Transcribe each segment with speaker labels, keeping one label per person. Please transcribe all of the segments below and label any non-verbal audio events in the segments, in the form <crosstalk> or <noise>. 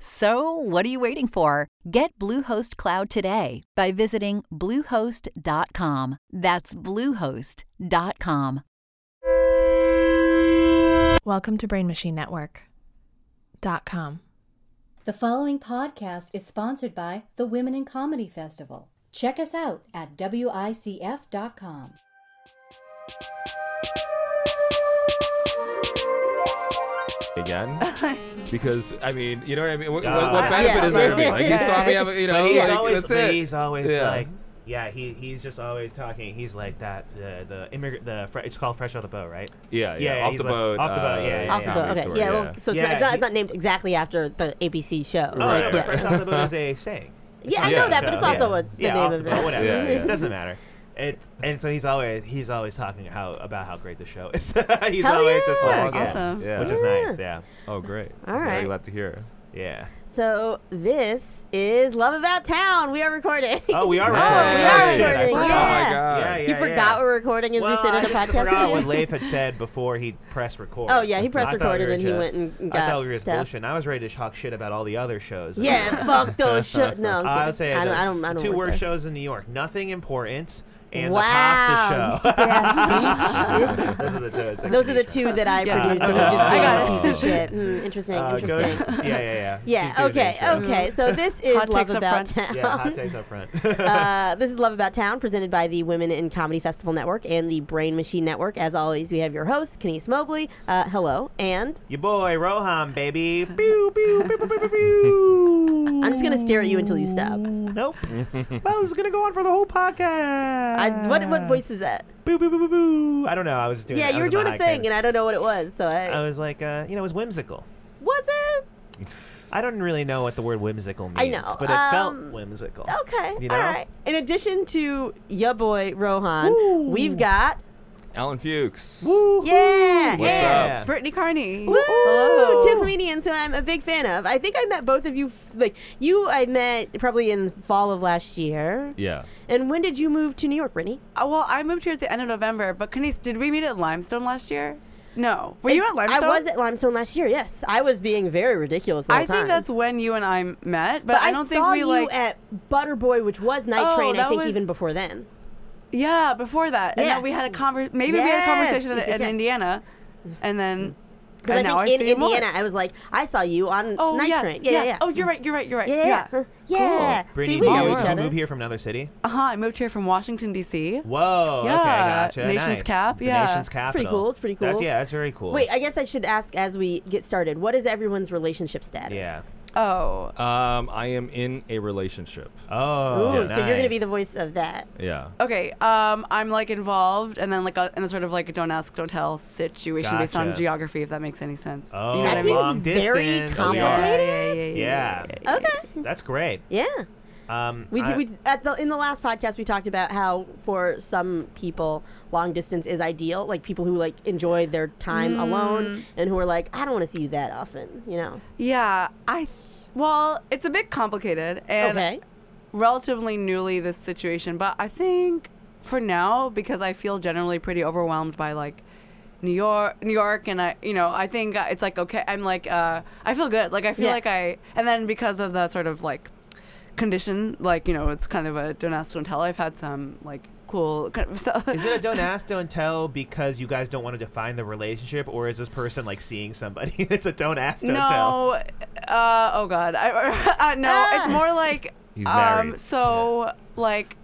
Speaker 1: So, what are you waiting for? Get Bluehost Cloud today by visiting Bluehost.com. That's Bluehost.com.
Speaker 2: Welcome to Brain Machine Network. Dot com.
Speaker 3: The following podcast is sponsored by the Women in Comedy Festival. Check us out at WICF.com.
Speaker 4: <laughs>
Speaker 5: again because I mean, you know what I mean. What,
Speaker 6: Ah, Yeah.
Speaker 5: what- what benefit is there to me? Like he saw me, have a- you know,
Speaker 6: <laughs> But he's
Speaker 5: like,
Speaker 6: always,
Speaker 5: that's
Speaker 6: but
Speaker 5: it.
Speaker 6: he's always
Speaker 5: Yeah.
Speaker 6: like, yeah, he he's just always talking. He's like that the the immigrant the fre- it's called fresh out the boat, right?
Speaker 5: yeah, yeah,
Speaker 6: Yeah, yeah,
Speaker 5: off
Speaker 6: he's
Speaker 5: the
Speaker 6: like,
Speaker 5: boat,
Speaker 6: off the boat,
Speaker 5: uh,
Speaker 6: yeah, yeah,
Speaker 4: Off the
Speaker 6: yeah.
Speaker 4: boat.
Speaker 5: comedy
Speaker 4: Okay.
Speaker 5: tour,
Speaker 4: yeah. Well, so it's, not,
Speaker 6: Yeah,
Speaker 4: it's, not,
Speaker 6: he-
Speaker 4: it's not named exactly after the ABC show.
Speaker 6: Oh,
Speaker 5: Right.
Speaker 6: no, but fresh out the boat is <laughs> a saying. It's
Speaker 4: <laughs> Yeah,
Speaker 5: I
Speaker 6: not
Speaker 5: know
Speaker 6: a
Speaker 5: that, but
Speaker 6: show.
Speaker 5: it's
Speaker 4: also
Speaker 6: yeah.
Speaker 4: a- the
Speaker 6: yeah,
Speaker 4: name
Speaker 6: off
Speaker 4: of
Speaker 6: the
Speaker 4: it.
Speaker 6: boat, Whatever.
Speaker 4: <laughs>
Speaker 5: Yeah, yeah.
Speaker 6: It doesn't matter. It, and so he's always he's always talking how about how great the show is. <laughs> he's
Speaker 4: Hell
Speaker 6: always just
Speaker 4: yeah.
Speaker 6: like yeah,
Speaker 5: Awesome. Yeah.
Speaker 6: which is nice. Yeah,
Speaker 5: Oh, great.
Speaker 4: All
Speaker 5: I'm Very
Speaker 4: right.
Speaker 5: glad to hear.
Speaker 6: yeah.
Speaker 4: So this is Love About Town. We are recording. <laughs>
Speaker 6: Oh, we are
Speaker 4: Oh,
Speaker 6: recording.
Speaker 4: we are
Speaker 6: Oh, shit, I
Speaker 4: recording.
Speaker 5: Oh
Speaker 6: forgot.
Speaker 4: Yeah.
Speaker 5: my god.
Speaker 6: Yeah, yeah.
Speaker 4: you forgot we're recording as
Speaker 6: well,
Speaker 4: we sit
Speaker 6: I
Speaker 4: in a
Speaker 6: just
Speaker 4: podcast.
Speaker 6: forgot
Speaker 4: <laughs>
Speaker 6: what
Speaker 4: today?
Speaker 6: Leif had said before he pressed record.
Speaker 4: Oh, yeah, he pressed
Speaker 6: I thought
Speaker 4: record
Speaker 6: we
Speaker 4: and
Speaker 6: were
Speaker 4: then he
Speaker 6: just-
Speaker 4: went and
Speaker 6: I
Speaker 4: got
Speaker 6: thought we were just
Speaker 4: stuff.
Speaker 6: bullshitting. I was ready to talk shit about all the other shows.
Speaker 4: yeah, fuck
Speaker 6: <laughs>
Speaker 4: those shows. No, I'm
Speaker 6: I
Speaker 4: kidding.
Speaker 6: would say
Speaker 4: I don't.
Speaker 6: the
Speaker 4: I don't. I don't
Speaker 6: two
Speaker 4: work
Speaker 6: worst
Speaker 4: there.
Speaker 6: shows in New York. Nothing important and
Speaker 4: Wow,
Speaker 6: the
Speaker 4: you
Speaker 6: pasta show.
Speaker 4: stupid
Speaker 6: <laughs>
Speaker 4: ass bitch.
Speaker 6: Those are the two. that
Speaker 4: Those are the
Speaker 6: confused
Speaker 4: two that I
Speaker 7: Yeah.
Speaker 4: produced. It was just
Speaker 6: I
Speaker 4: being
Speaker 6: got
Speaker 4: a
Speaker 6: it.
Speaker 4: piece of shit. Mm, interesting.
Speaker 6: me. Oh, Uh, go-
Speaker 4: interesting.
Speaker 6: yeah, yeah, yeah.
Speaker 4: Yeah.
Speaker 6: Keep doing
Speaker 4: Okay.
Speaker 6: the intro.
Speaker 4: Okay. So
Speaker 7: <laughs>
Speaker 4: this is
Speaker 7: Mm-hmm. Hot
Speaker 4: Love
Speaker 7: takes up
Speaker 4: About
Speaker 7: front.
Speaker 4: Town.
Speaker 6: Yeah,
Speaker 4: <laughs>
Speaker 6: hot takes up front. <laughs>
Speaker 4: Uh, this is Love About Town, presented by the Women in Comedy Festival Network and the Brain Machine Network. As always, we have your hosts, Kenise Mobley. Uh, hello, and
Speaker 6: Your boy Rohan, baby. Pew, pew, pew, pew, pew,
Speaker 4: I'm just gonna stare at you until you stop.
Speaker 6: pew. Nope. well, this is gonna go on for the whole podcast.
Speaker 4: I, what
Speaker 7: Mm.
Speaker 4: what voice is that?
Speaker 6: Boo, boo, boo, boo, boo. I don't know. I was doing.
Speaker 4: Yeah,
Speaker 6: I
Speaker 4: you were
Speaker 6: was in
Speaker 4: doing
Speaker 6: my
Speaker 4: a
Speaker 6: high
Speaker 4: thing,
Speaker 6: kid.
Speaker 4: and I don't know what it was. So I,
Speaker 6: I was like, uh, you know, it was whimsical.
Speaker 4: was it
Speaker 6: I don't really know what the word whimsical means.
Speaker 4: I know,
Speaker 6: but it
Speaker 4: um,
Speaker 6: felt whimsical.
Speaker 4: okay?
Speaker 6: You know?
Speaker 4: All right. In addition to ya boy Rohan, we've got
Speaker 5: Alan Fuchs.
Speaker 6: Woo.
Speaker 4: yeah,
Speaker 5: What's
Speaker 4: and
Speaker 5: up?
Speaker 7: Brittany Carney.
Speaker 4: Woo!
Speaker 7: Hello.
Speaker 4: Two comedians who I'm a big fan of. I think I met both of you, f- like, you I met probably in the fall of last year.
Speaker 5: Yeah.
Speaker 4: And when did you move to New York, Brittany?
Speaker 7: Uh, well, I moved here at the end of November, but Kenise, did we meet at Limestone last year? No. Were you
Speaker 4: It's-
Speaker 7: at Limestone?
Speaker 4: I was at Limestone last year, yes. I was being very ridiculous the
Speaker 7: I
Speaker 4: whole
Speaker 7: think
Speaker 4: time.
Speaker 7: that's when you and I met, but,
Speaker 4: But
Speaker 7: I don't think
Speaker 4: saw
Speaker 7: we
Speaker 4: you
Speaker 7: like.
Speaker 4: at Butterboy, which was Night
Speaker 7: Oh,
Speaker 4: Train, I
Speaker 7: that
Speaker 4: think
Speaker 7: was-
Speaker 4: even before then.
Speaker 7: yeah, before that, and
Speaker 4: Yeah.
Speaker 7: then we had a conver- Maybe we had a
Speaker 4: Yes,
Speaker 7: conversation
Speaker 4: yes,
Speaker 7: in,
Speaker 4: yes,
Speaker 7: in
Speaker 4: yes.
Speaker 7: Indiana, and then.
Speaker 4: Because
Speaker 7: and now
Speaker 4: I think in
Speaker 7: see you more.
Speaker 4: Indiana, I was like, I saw you on
Speaker 7: Oh
Speaker 4: Night
Speaker 7: yes,
Speaker 4: Train. Yeah,
Speaker 7: yes.
Speaker 4: yeah, yeah.
Speaker 7: Oh, you're right. You're right. You're right.
Speaker 4: yeah, yeah.
Speaker 7: yeah.
Speaker 4: Huh. Yeah.
Speaker 6: Brittany,
Speaker 4: See, we
Speaker 6: did
Speaker 4: know
Speaker 6: you,
Speaker 4: each
Speaker 6: did you
Speaker 4: other.
Speaker 6: move here from another city?
Speaker 7: Uh huh. I moved here from Washington D.C.
Speaker 6: Whoa.
Speaker 7: Yeah,
Speaker 6: Okay, gotcha.
Speaker 7: nation's
Speaker 6: nice.
Speaker 7: cap,
Speaker 6: The
Speaker 7: yeah.
Speaker 6: nation's
Speaker 7: It's
Speaker 6: capital.
Speaker 4: pretty cool, it's pretty
Speaker 6: That's,
Speaker 4: cool.
Speaker 6: yeah, that's very cool.
Speaker 4: Wait, I guess I should ask as we get started. What is everyone's relationship status?
Speaker 6: Yeah.
Speaker 7: Oh,
Speaker 5: Um, I am in a relationship.
Speaker 6: Oh.
Speaker 4: Ooh, so you're gonna
Speaker 6: nice.
Speaker 4: be the voice of that.
Speaker 5: Yeah.
Speaker 7: Okay, um, I'm like involved, and then like a, in a sort of like a don't ask, don't tell situation based on
Speaker 6: Gotcha.
Speaker 7: geography, if that makes any sense.
Speaker 6: Oh,
Speaker 7: you know
Speaker 4: That
Speaker 7: what I
Speaker 4: seems
Speaker 7: mean?
Speaker 6: long
Speaker 4: very
Speaker 6: distance.
Speaker 4: complicated. <laughs>
Speaker 6: Yeah.
Speaker 4: Okay.
Speaker 6: That's great.
Speaker 4: Yeah.
Speaker 6: Um,
Speaker 4: We
Speaker 6: I-
Speaker 4: did. We d- at the in the last podcast we talked about how for some people long distance is ideal, like people who like enjoy their time
Speaker 7: Mm.
Speaker 4: alone and who are like, I don't want to see you that often, you know.
Speaker 7: Yeah, I. Well, it's a bit complicated and
Speaker 4: okay.
Speaker 7: relatively newly this situation, but I think for now because I feel generally pretty overwhelmed by like New York, New York, and I, you know, I think uh, it's like okay, I'm like, uh, I feel good, like I feel
Speaker 4: Yeah.
Speaker 7: like I, and then because of the sort of like condition, like you know, it's kind of a don't ask, don't tell. I've had some like cool. <laughs> Kind of, so,
Speaker 6: Is it a don't ask, don't tell because you guys don't want to define the relationship, or is this person like seeing somebody? <laughs> it's a don't ask, don't tell.
Speaker 7: <laughs> no, uh, oh god, I, <laughs> uh, no, it's more
Speaker 6: <laughs>
Speaker 7: like
Speaker 5: He's
Speaker 7: um,
Speaker 5: married.
Speaker 7: so like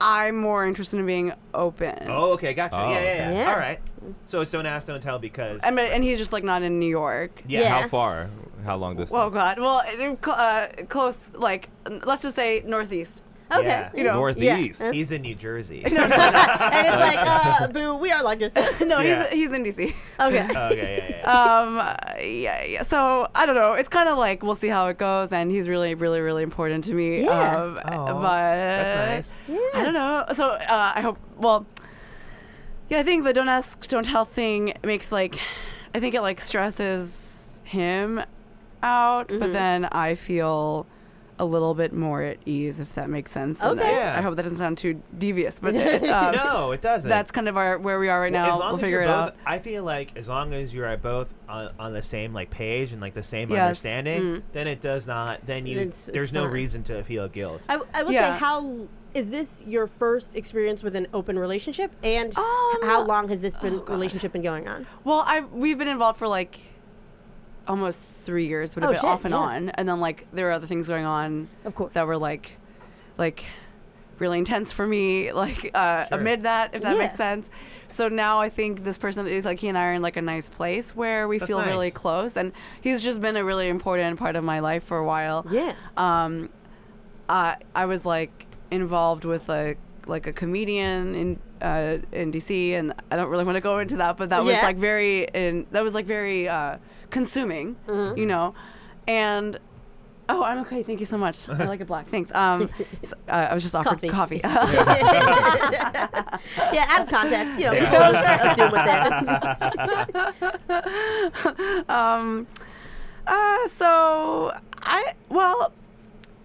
Speaker 7: I'm more interested in being open.
Speaker 6: Oh, okay, gotcha.
Speaker 5: Oh,
Speaker 6: yeah, yeah, yeah,
Speaker 4: okay.
Speaker 6: All right. So it's don't ask, don't tell because
Speaker 7: And, but- and he's just like not in New York.
Speaker 6: yeah,
Speaker 4: Yeah.
Speaker 6: how
Speaker 5: How far? How long distance?
Speaker 7: Oh God. Well, it- cl- uh, close. Like let's just say northeast.
Speaker 4: Okay.
Speaker 6: Yeah.
Speaker 7: You know.
Speaker 5: Northeast.
Speaker 4: Yeah.
Speaker 6: he's in New Jersey.
Speaker 4: <laughs> and it's like, uh, boo, we are long distance.
Speaker 7: <laughs>
Speaker 6: <laughs>
Speaker 7: No,
Speaker 6: Yeah.
Speaker 7: he's he's in DC.
Speaker 4: Okay.
Speaker 6: okay, yeah,
Speaker 4: <laughs>
Speaker 6: yeah.
Speaker 7: <laughs> um, uh, yeah, yeah. So I don't know. It's kind of like we'll see how it goes, and he's really, really, really important to me.
Speaker 4: Yeah.
Speaker 7: Um,
Speaker 4: Uh,
Speaker 6: Aw,
Speaker 7: but
Speaker 6: that's nice.
Speaker 7: I don't know. So uh, I hope. Well, yeah, I think the don't ask, don't tell thing makes like, I think it like stresses him out,
Speaker 6: Mm-hmm.
Speaker 7: but then I feel a little bit more at ease if that makes sense. And
Speaker 4: Okay.
Speaker 7: I,
Speaker 6: Yeah.
Speaker 7: I hope that doesn't sound too devious, but it,
Speaker 6: <laughs>
Speaker 7: um,
Speaker 6: no, it doesn't.
Speaker 7: that's kind of our where we are right
Speaker 6: Well,
Speaker 7: now.
Speaker 6: As long
Speaker 7: we'll
Speaker 6: as
Speaker 7: figure
Speaker 6: you're
Speaker 7: it
Speaker 6: both,
Speaker 7: out.
Speaker 6: I feel like as long as you're both on, on the same like page and like the same
Speaker 7: Yes.
Speaker 6: understanding, then it does not. Then you
Speaker 4: Mm. It's- it's
Speaker 6: there's no
Speaker 4: fine.
Speaker 6: reason to feel guilt.
Speaker 4: I, I will
Speaker 7: Yeah.
Speaker 4: say, how is this your first experience with an open relationship? And
Speaker 7: Um,
Speaker 4: how long has this been relationship been going
Speaker 7: <sighs>
Speaker 4: on?
Speaker 7: Well, I've we've been involved for like almost three years, but a
Speaker 4: Oh,
Speaker 7: bit
Speaker 4: shit,
Speaker 7: off and
Speaker 4: yeah.
Speaker 7: on. And then like there were other things going on,
Speaker 4: Of course.
Speaker 7: that were like, like really intense for me, like uh, amid that, if that
Speaker 4: Yeah.
Speaker 7: makes sense. So now I think this person is like he and I are in like a nice place where we
Speaker 6: That's
Speaker 7: feel really
Speaker 6: nice.
Speaker 7: close, and he's just been a really important part of my life for a while. <laughs>
Speaker 4: Yeah. <laughs>
Speaker 7: Um, I I was like involved with a like a comedian in uh, in DC, and I don't really want to go into that, but that was
Speaker 4: Yeah.
Speaker 7: like very in that was like very uh, consuming, you know, and. Oh, I'm okay. Thank you so much. I like it black. Thanks. Um, s- uh, I was just offered
Speaker 4: Coffee.
Speaker 7: coffee. <laughs>
Speaker 4: yeah, out of context. You know, people
Speaker 7: <laughs>
Speaker 4: just assume with that.
Speaker 7: um, uh, so I well,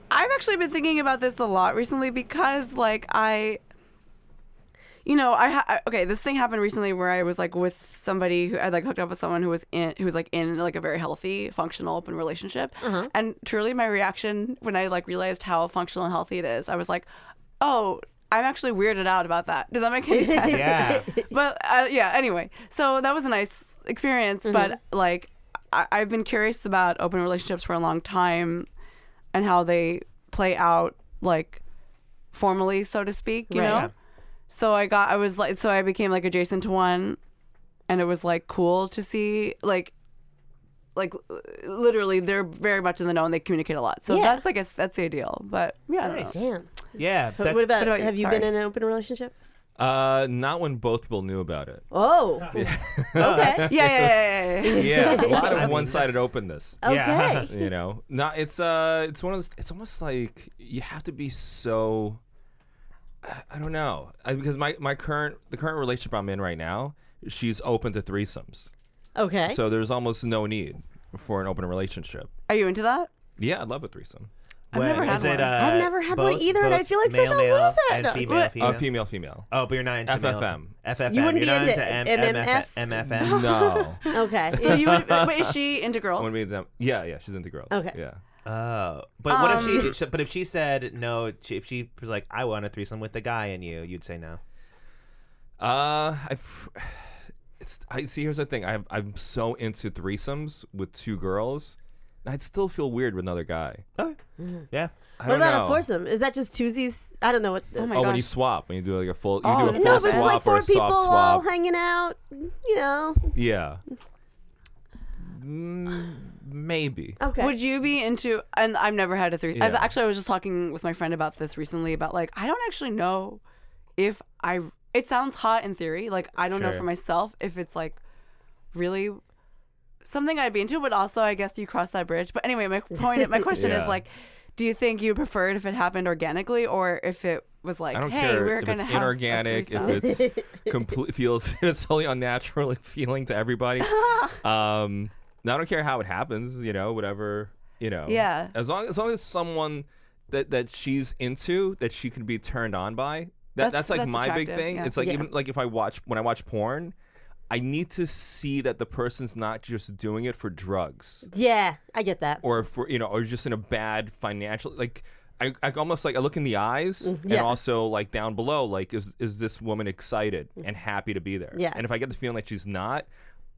Speaker 7: I've actually been thinking about this a lot recently because like I, you know, I ha- I- okay, this thing happened recently where I was like with somebody who I like hooked up with someone who was in who was like in like a very healthy, functional, open relationship, and truly my reaction when I like realized how functional and healthy it is, I was like, oh. I'm actually weirded out about that. Does that make any
Speaker 4: <laughs>
Speaker 7: sense?
Speaker 6: yeah,
Speaker 7: but uh, yeah anyway so that was a nice experience but
Speaker 4: Mm-hmm.
Speaker 7: like I- i've been curious about open relationships for a long time and how they play out like formally so to speak you
Speaker 4: Right.
Speaker 7: know
Speaker 6: Yeah.
Speaker 7: so i got i was like so i became like adjacent to one and it was like cool to see like like literally they're very much in the know and they communicate a lot so
Speaker 4: Yeah.
Speaker 7: that's i guess that's the ideal but yeah I don't
Speaker 4: <laughs>
Speaker 7: know.
Speaker 4: Damn.
Speaker 6: yeah.
Speaker 4: But
Speaker 6: that's-
Speaker 4: what about,
Speaker 7: what about you?
Speaker 4: have you
Speaker 7: Sorry.
Speaker 4: been in an open relationship?
Speaker 5: Uh, not when both people knew about
Speaker 4: <laughs>
Speaker 5: it.
Speaker 4: Oh.
Speaker 7: <laughs>
Speaker 4: okay.
Speaker 7: yeah yeah yeah, yeah, yeah,
Speaker 4: <laughs>
Speaker 7: yeah.
Speaker 5: Yeah, a lot of one-sided openness.
Speaker 6: Yeah. <laughs>
Speaker 4: Okay.
Speaker 5: you know not it's uh it's one of those it's almost like you have to be so I- i don't know I, because my my current the current relationship i'm in right now she's open to threesomes
Speaker 4: Okay.
Speaker 5: so there's almost no need for an open relationship
Speaker 7: are you into that
Speaker 5: yeah i love a threesome
Speaker 7: I've never had
Speaker 6: is
Speaker 7: one.
Speaker 6: It, uh,
Speaker 4: I've never had one
Speaker 6: both-
Speaker 4: either, and I
Speaker 6: both
Speaker 4: feel like
Speaker 6: male,
Speaker 4: such a
Speaker 6: male,
Speaker 4: loser.
Speaker 6: And
Speaker 4: No.
Speaker 6: female,
Speaker 7: What?
Speaker 6: female.
Speaker 5: a Uh, female
Speaker 4: <laughs>
Speaker 5: female
Speaker 6: Oh, but you're not into male.
Speaker 5: FFM.
Speaker 6: FFM.
Speaker 4: You wouldn't be
Speaker 6: you're not
Speaker 4: into
Speaker 6: into
Speaker 4: MMF?
Speaker 6: M- MFM.
Speaker 4: <laughs>
Speaker 5: no
Speaker 4: Okay.
Speaker 5: <laughs>
Speaker 7: so you would, wait, is she into girls
Speaker 5: i want to be with them yeah yeah she's into girls
Speaker 4: Okay.
Speaker 5: yeah
Speaker 6: Oh, but what if she?
Speaker 4: Um.
Speaker 6: so- But if she said no, she- if she was like, "I want a threesome with the guy and you," you'd say no.
Speaker 5: Uh, I, pr- <sighs> it's I see. Here's the thing. I I'm so into threesomes with two girls. and I'd still feel weird with another guy.
Speaker 6: Okay. Yeah.
Speaker 5: I
Speaker 4: what
Speaker 5: don't
Speaker 4: about
Speaker 5: know.
Speaker 4: a foursome? Is that just twosies? I don't know what. The,
Speaker 7: oh my
Speaker 5: Oh,
Speaker 7: gosh
Speaker 5: when you swap, when you do like a full, you
Speaker 7: Oh,
Speaker 5: do a
Speaker 7: it's
Speaker 5: full
Speaker 4: no,
Speaker 7: not
Speaker 4: but
Speaker 5: swap
Speaker 4: it's like
Speaker 5: or
Speaker 4: four
Speaker 5: a
Speaker 4: people
Speaker 5: soft
Speaker 4: all
Speaker 5: swap.
Speaker 4: hanging out. You know. <laughs>
Speaker 5: yeah. Mm, maybe.
Speaker 4: Okay.
Speaker 7: Would you be into? And I've never had a three. I was-
Speaker 5: Yeah.
Speaker 7: actually, I was just talking with my friend about this recently. About like, I don't actually know if I. It sounds hot in theory. Like I don't know
Speaker 6: Sure.
Speaker 7: for myself if it's like really something I'd be into. But also, I guess you cross that bridge. But anyway,
Speaker 5: <laughs>
Speaker 7: my point. My question is
Speaker 5: Yeah.
Speaker 7: like, do you think you prefer it if it happened organically or if it was like,
Speaker 5: I don't
Speaker 7: hey,
Speaker 5: care
Speaker 7: we're
Speaker 5: if
Speaker 7: gonna
Speaker 5: it's
Speaker 7: have a
Speaker 5: inorganic,
Speaker 7: threesome?
Speaker 5: if it's complete feels <laughs> if it's totally unnatural feeling to
Speaker 7: <laughs>
Speaker 5: everybody. um, no, I don't care how it happens. You know, whatever. You know.
Speaker 7: Yeah.
Speaker 5: As long as long as someone that that she's into that she can be turned on by. That,
Speaker 7: That's-
Speaker 5: that's, like
Speaker 7: that's
Speaker 5: my big
Speaker 7: attractive,
Speaker 5: thing.
Speaker 7: yeah.
Speaker 5: It's like
Speaker 4: Yeah.
Speaker 5: even like if I watch when I watch porn, I need to see that the person's not just doing it for drugs
Speaker 4: Yeah, I get that.
Speaker 5: or if we're, you know, or just in a bad financial like. I, I almost like I look in the eyes
Speaker 4: Mm-hmm. yeah.
Speaker 5: and also like down below, like is is this woman excited and happy to be there?
Speaker 4: Mm-hmm. Yeah.
Speaker 5: And if I get the feeling like she's not,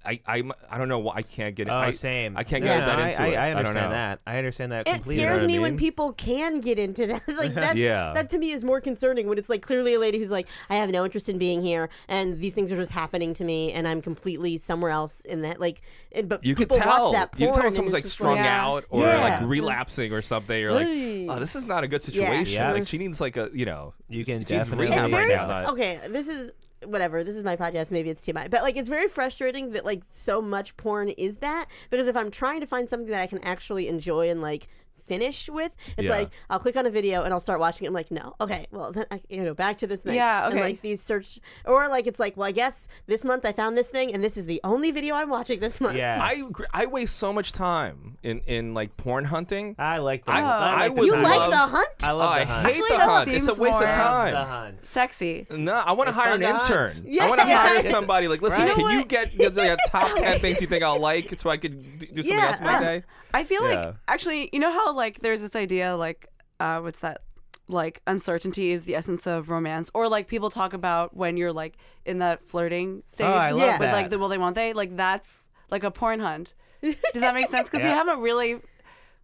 Speaker 5: I I I don't know why I can't get. it.
Speaker 6: Oh,
Speaker 5: I,
Speaker 6: same.
Speaker 5: I can't
Speaker 6: No,
Speaker 5: get
Speaker 6: no,
Speaker 5: that
Speaker 6: I,
Speaker 5: into
Speaker 6: I,
Speaker 5: it.
Speaker 6: I
Speaker 5: don't
Speaker 6: understand
Speaker 5: know.
Speaker 6: that. I understand that.
Speaker 4: It
Speaker 6: completely.
Speaker 4: scares
Speaker 5: what
Speaker 4: me
Speaker 5: I
Speaker 4: when
Speaker 5: mean?
Speaker 4: people can get into that. <laughs> like that,
Speaker 5: Yeah.
Speaker 4: that to me is more concerning. When it's like clearly a lady who's like, I have no interest in being here, and these things are just happening to me, and I'm completely somewhere else in that. Like, and, but
Speaker 5: You could
Speaker 4: people
Speaker 5: tell.
Speaker 4: watch that
Speaker 5: you
Speaker 4: porn.
Speaker 5: could tell
Speaker 4: and
Speaker 5: someone's like
Speaker 4: it's just
Speaker 5: strung
Speaker 7: Yeah.
Speaker 5: out or
Speaker 4: Yeah.
Speaker 5: like relapsing or something. Or like,
Speaker 4: Ooh.
Speaker 5: oh, this is not a good situation.
Speaker 6: Yeah.
Speaker 5: Like she needs like a you know.
Speaker 6: You can
Speaker 5: she needs
Speaker 6: definitely-
Speaker 5: rehab
Speaker 4: It's
Speaker 6: Yeah,
Speaker 5: right
Speaker 4: very
Speaker 5: now.
Speaker 4: fr- okay. This is whatever. This is my podcast. Maybe it's TMI, but like it's very frustrating that like so much porn is that because if I'm trying to find something that I can actually enjoy and like finish with, it's
Speaker 5: Yeah.
Speaker 4: like I'll click on a video and I'll start watching it. I'm like, no, okay, well then I, you know back to this thing.
Speaker 7: Yeah,
Speaker 4: And,
Speaker 7: okay.
Speaker 4: like these search or like it's like well I guess this month I found this thing and this is the only video I'm watching this month.
Speaker 6: Yeah.
Speaker 5: I gr- I waste so much time in in like porn hunting.
Speaker 6: I like the.
Speaker 5: I-
Speaker 6: I,
Speaker 5: I
Speaker 6: like the
Speaker 5: would
Speaker 4: Oh,
Speaker 6: time.
Speaker 4: You
Speaker 5: love-
Speaker 4: like the hunt?
Speaker 6: I love
Speaker 5: Oh, I
Speaker 6: the hunt.
Speaker 5: hate
Speaker 7: Actually,
Speaker 5: the
Speaker 7: that
Speaker 5: hunt. It's a
Speaker 7: seems
Speaker 5: waste of
Speaker 7: more-
Speaker 6: I love the
Speaker 5: time.
Speaker 6: hunt.
Speaker 7: <laughs> Sexy.
Speaker 5: No, I want to
Speaker 6: It's
Speaker 5: hire
Speaker 6: fun
Speaker 5: an
Speaker 6: to hunt.
Speaker 5: intern. I want to
Speaker 4: Yeah.
Speaker 5: hire somebody. Like, listen,
Speaker 6: Right.
Speaker 5: can
Speaker 7: You know
Speaker 5: you get the the top ten things you think I'll like so I could d- do something
Speaker 4: Yeah,
Speaker 5: else my
Speaker 4: uh,
Speaker 5: day?
Speaker 7: I feel
Speaker 5: Yeah.
Speaker 7: like actually, you know how like there's this idea like uh, what's that? Like uncertainty is the essence of romance, or like people talk about when you're like in that flirting stage.
Speaker 6: Oh, I love
Speaker 4: Yeah.
Speaker 7: With
Speaker 6: that.
Speaker 7: like the will they won't they? Like that's like a porn hunt. Does that make sense?
Speaker 6: <laughs>
Speaker 7: Because
Speaker 6: Yeah.
Speaker 7: you haven't really.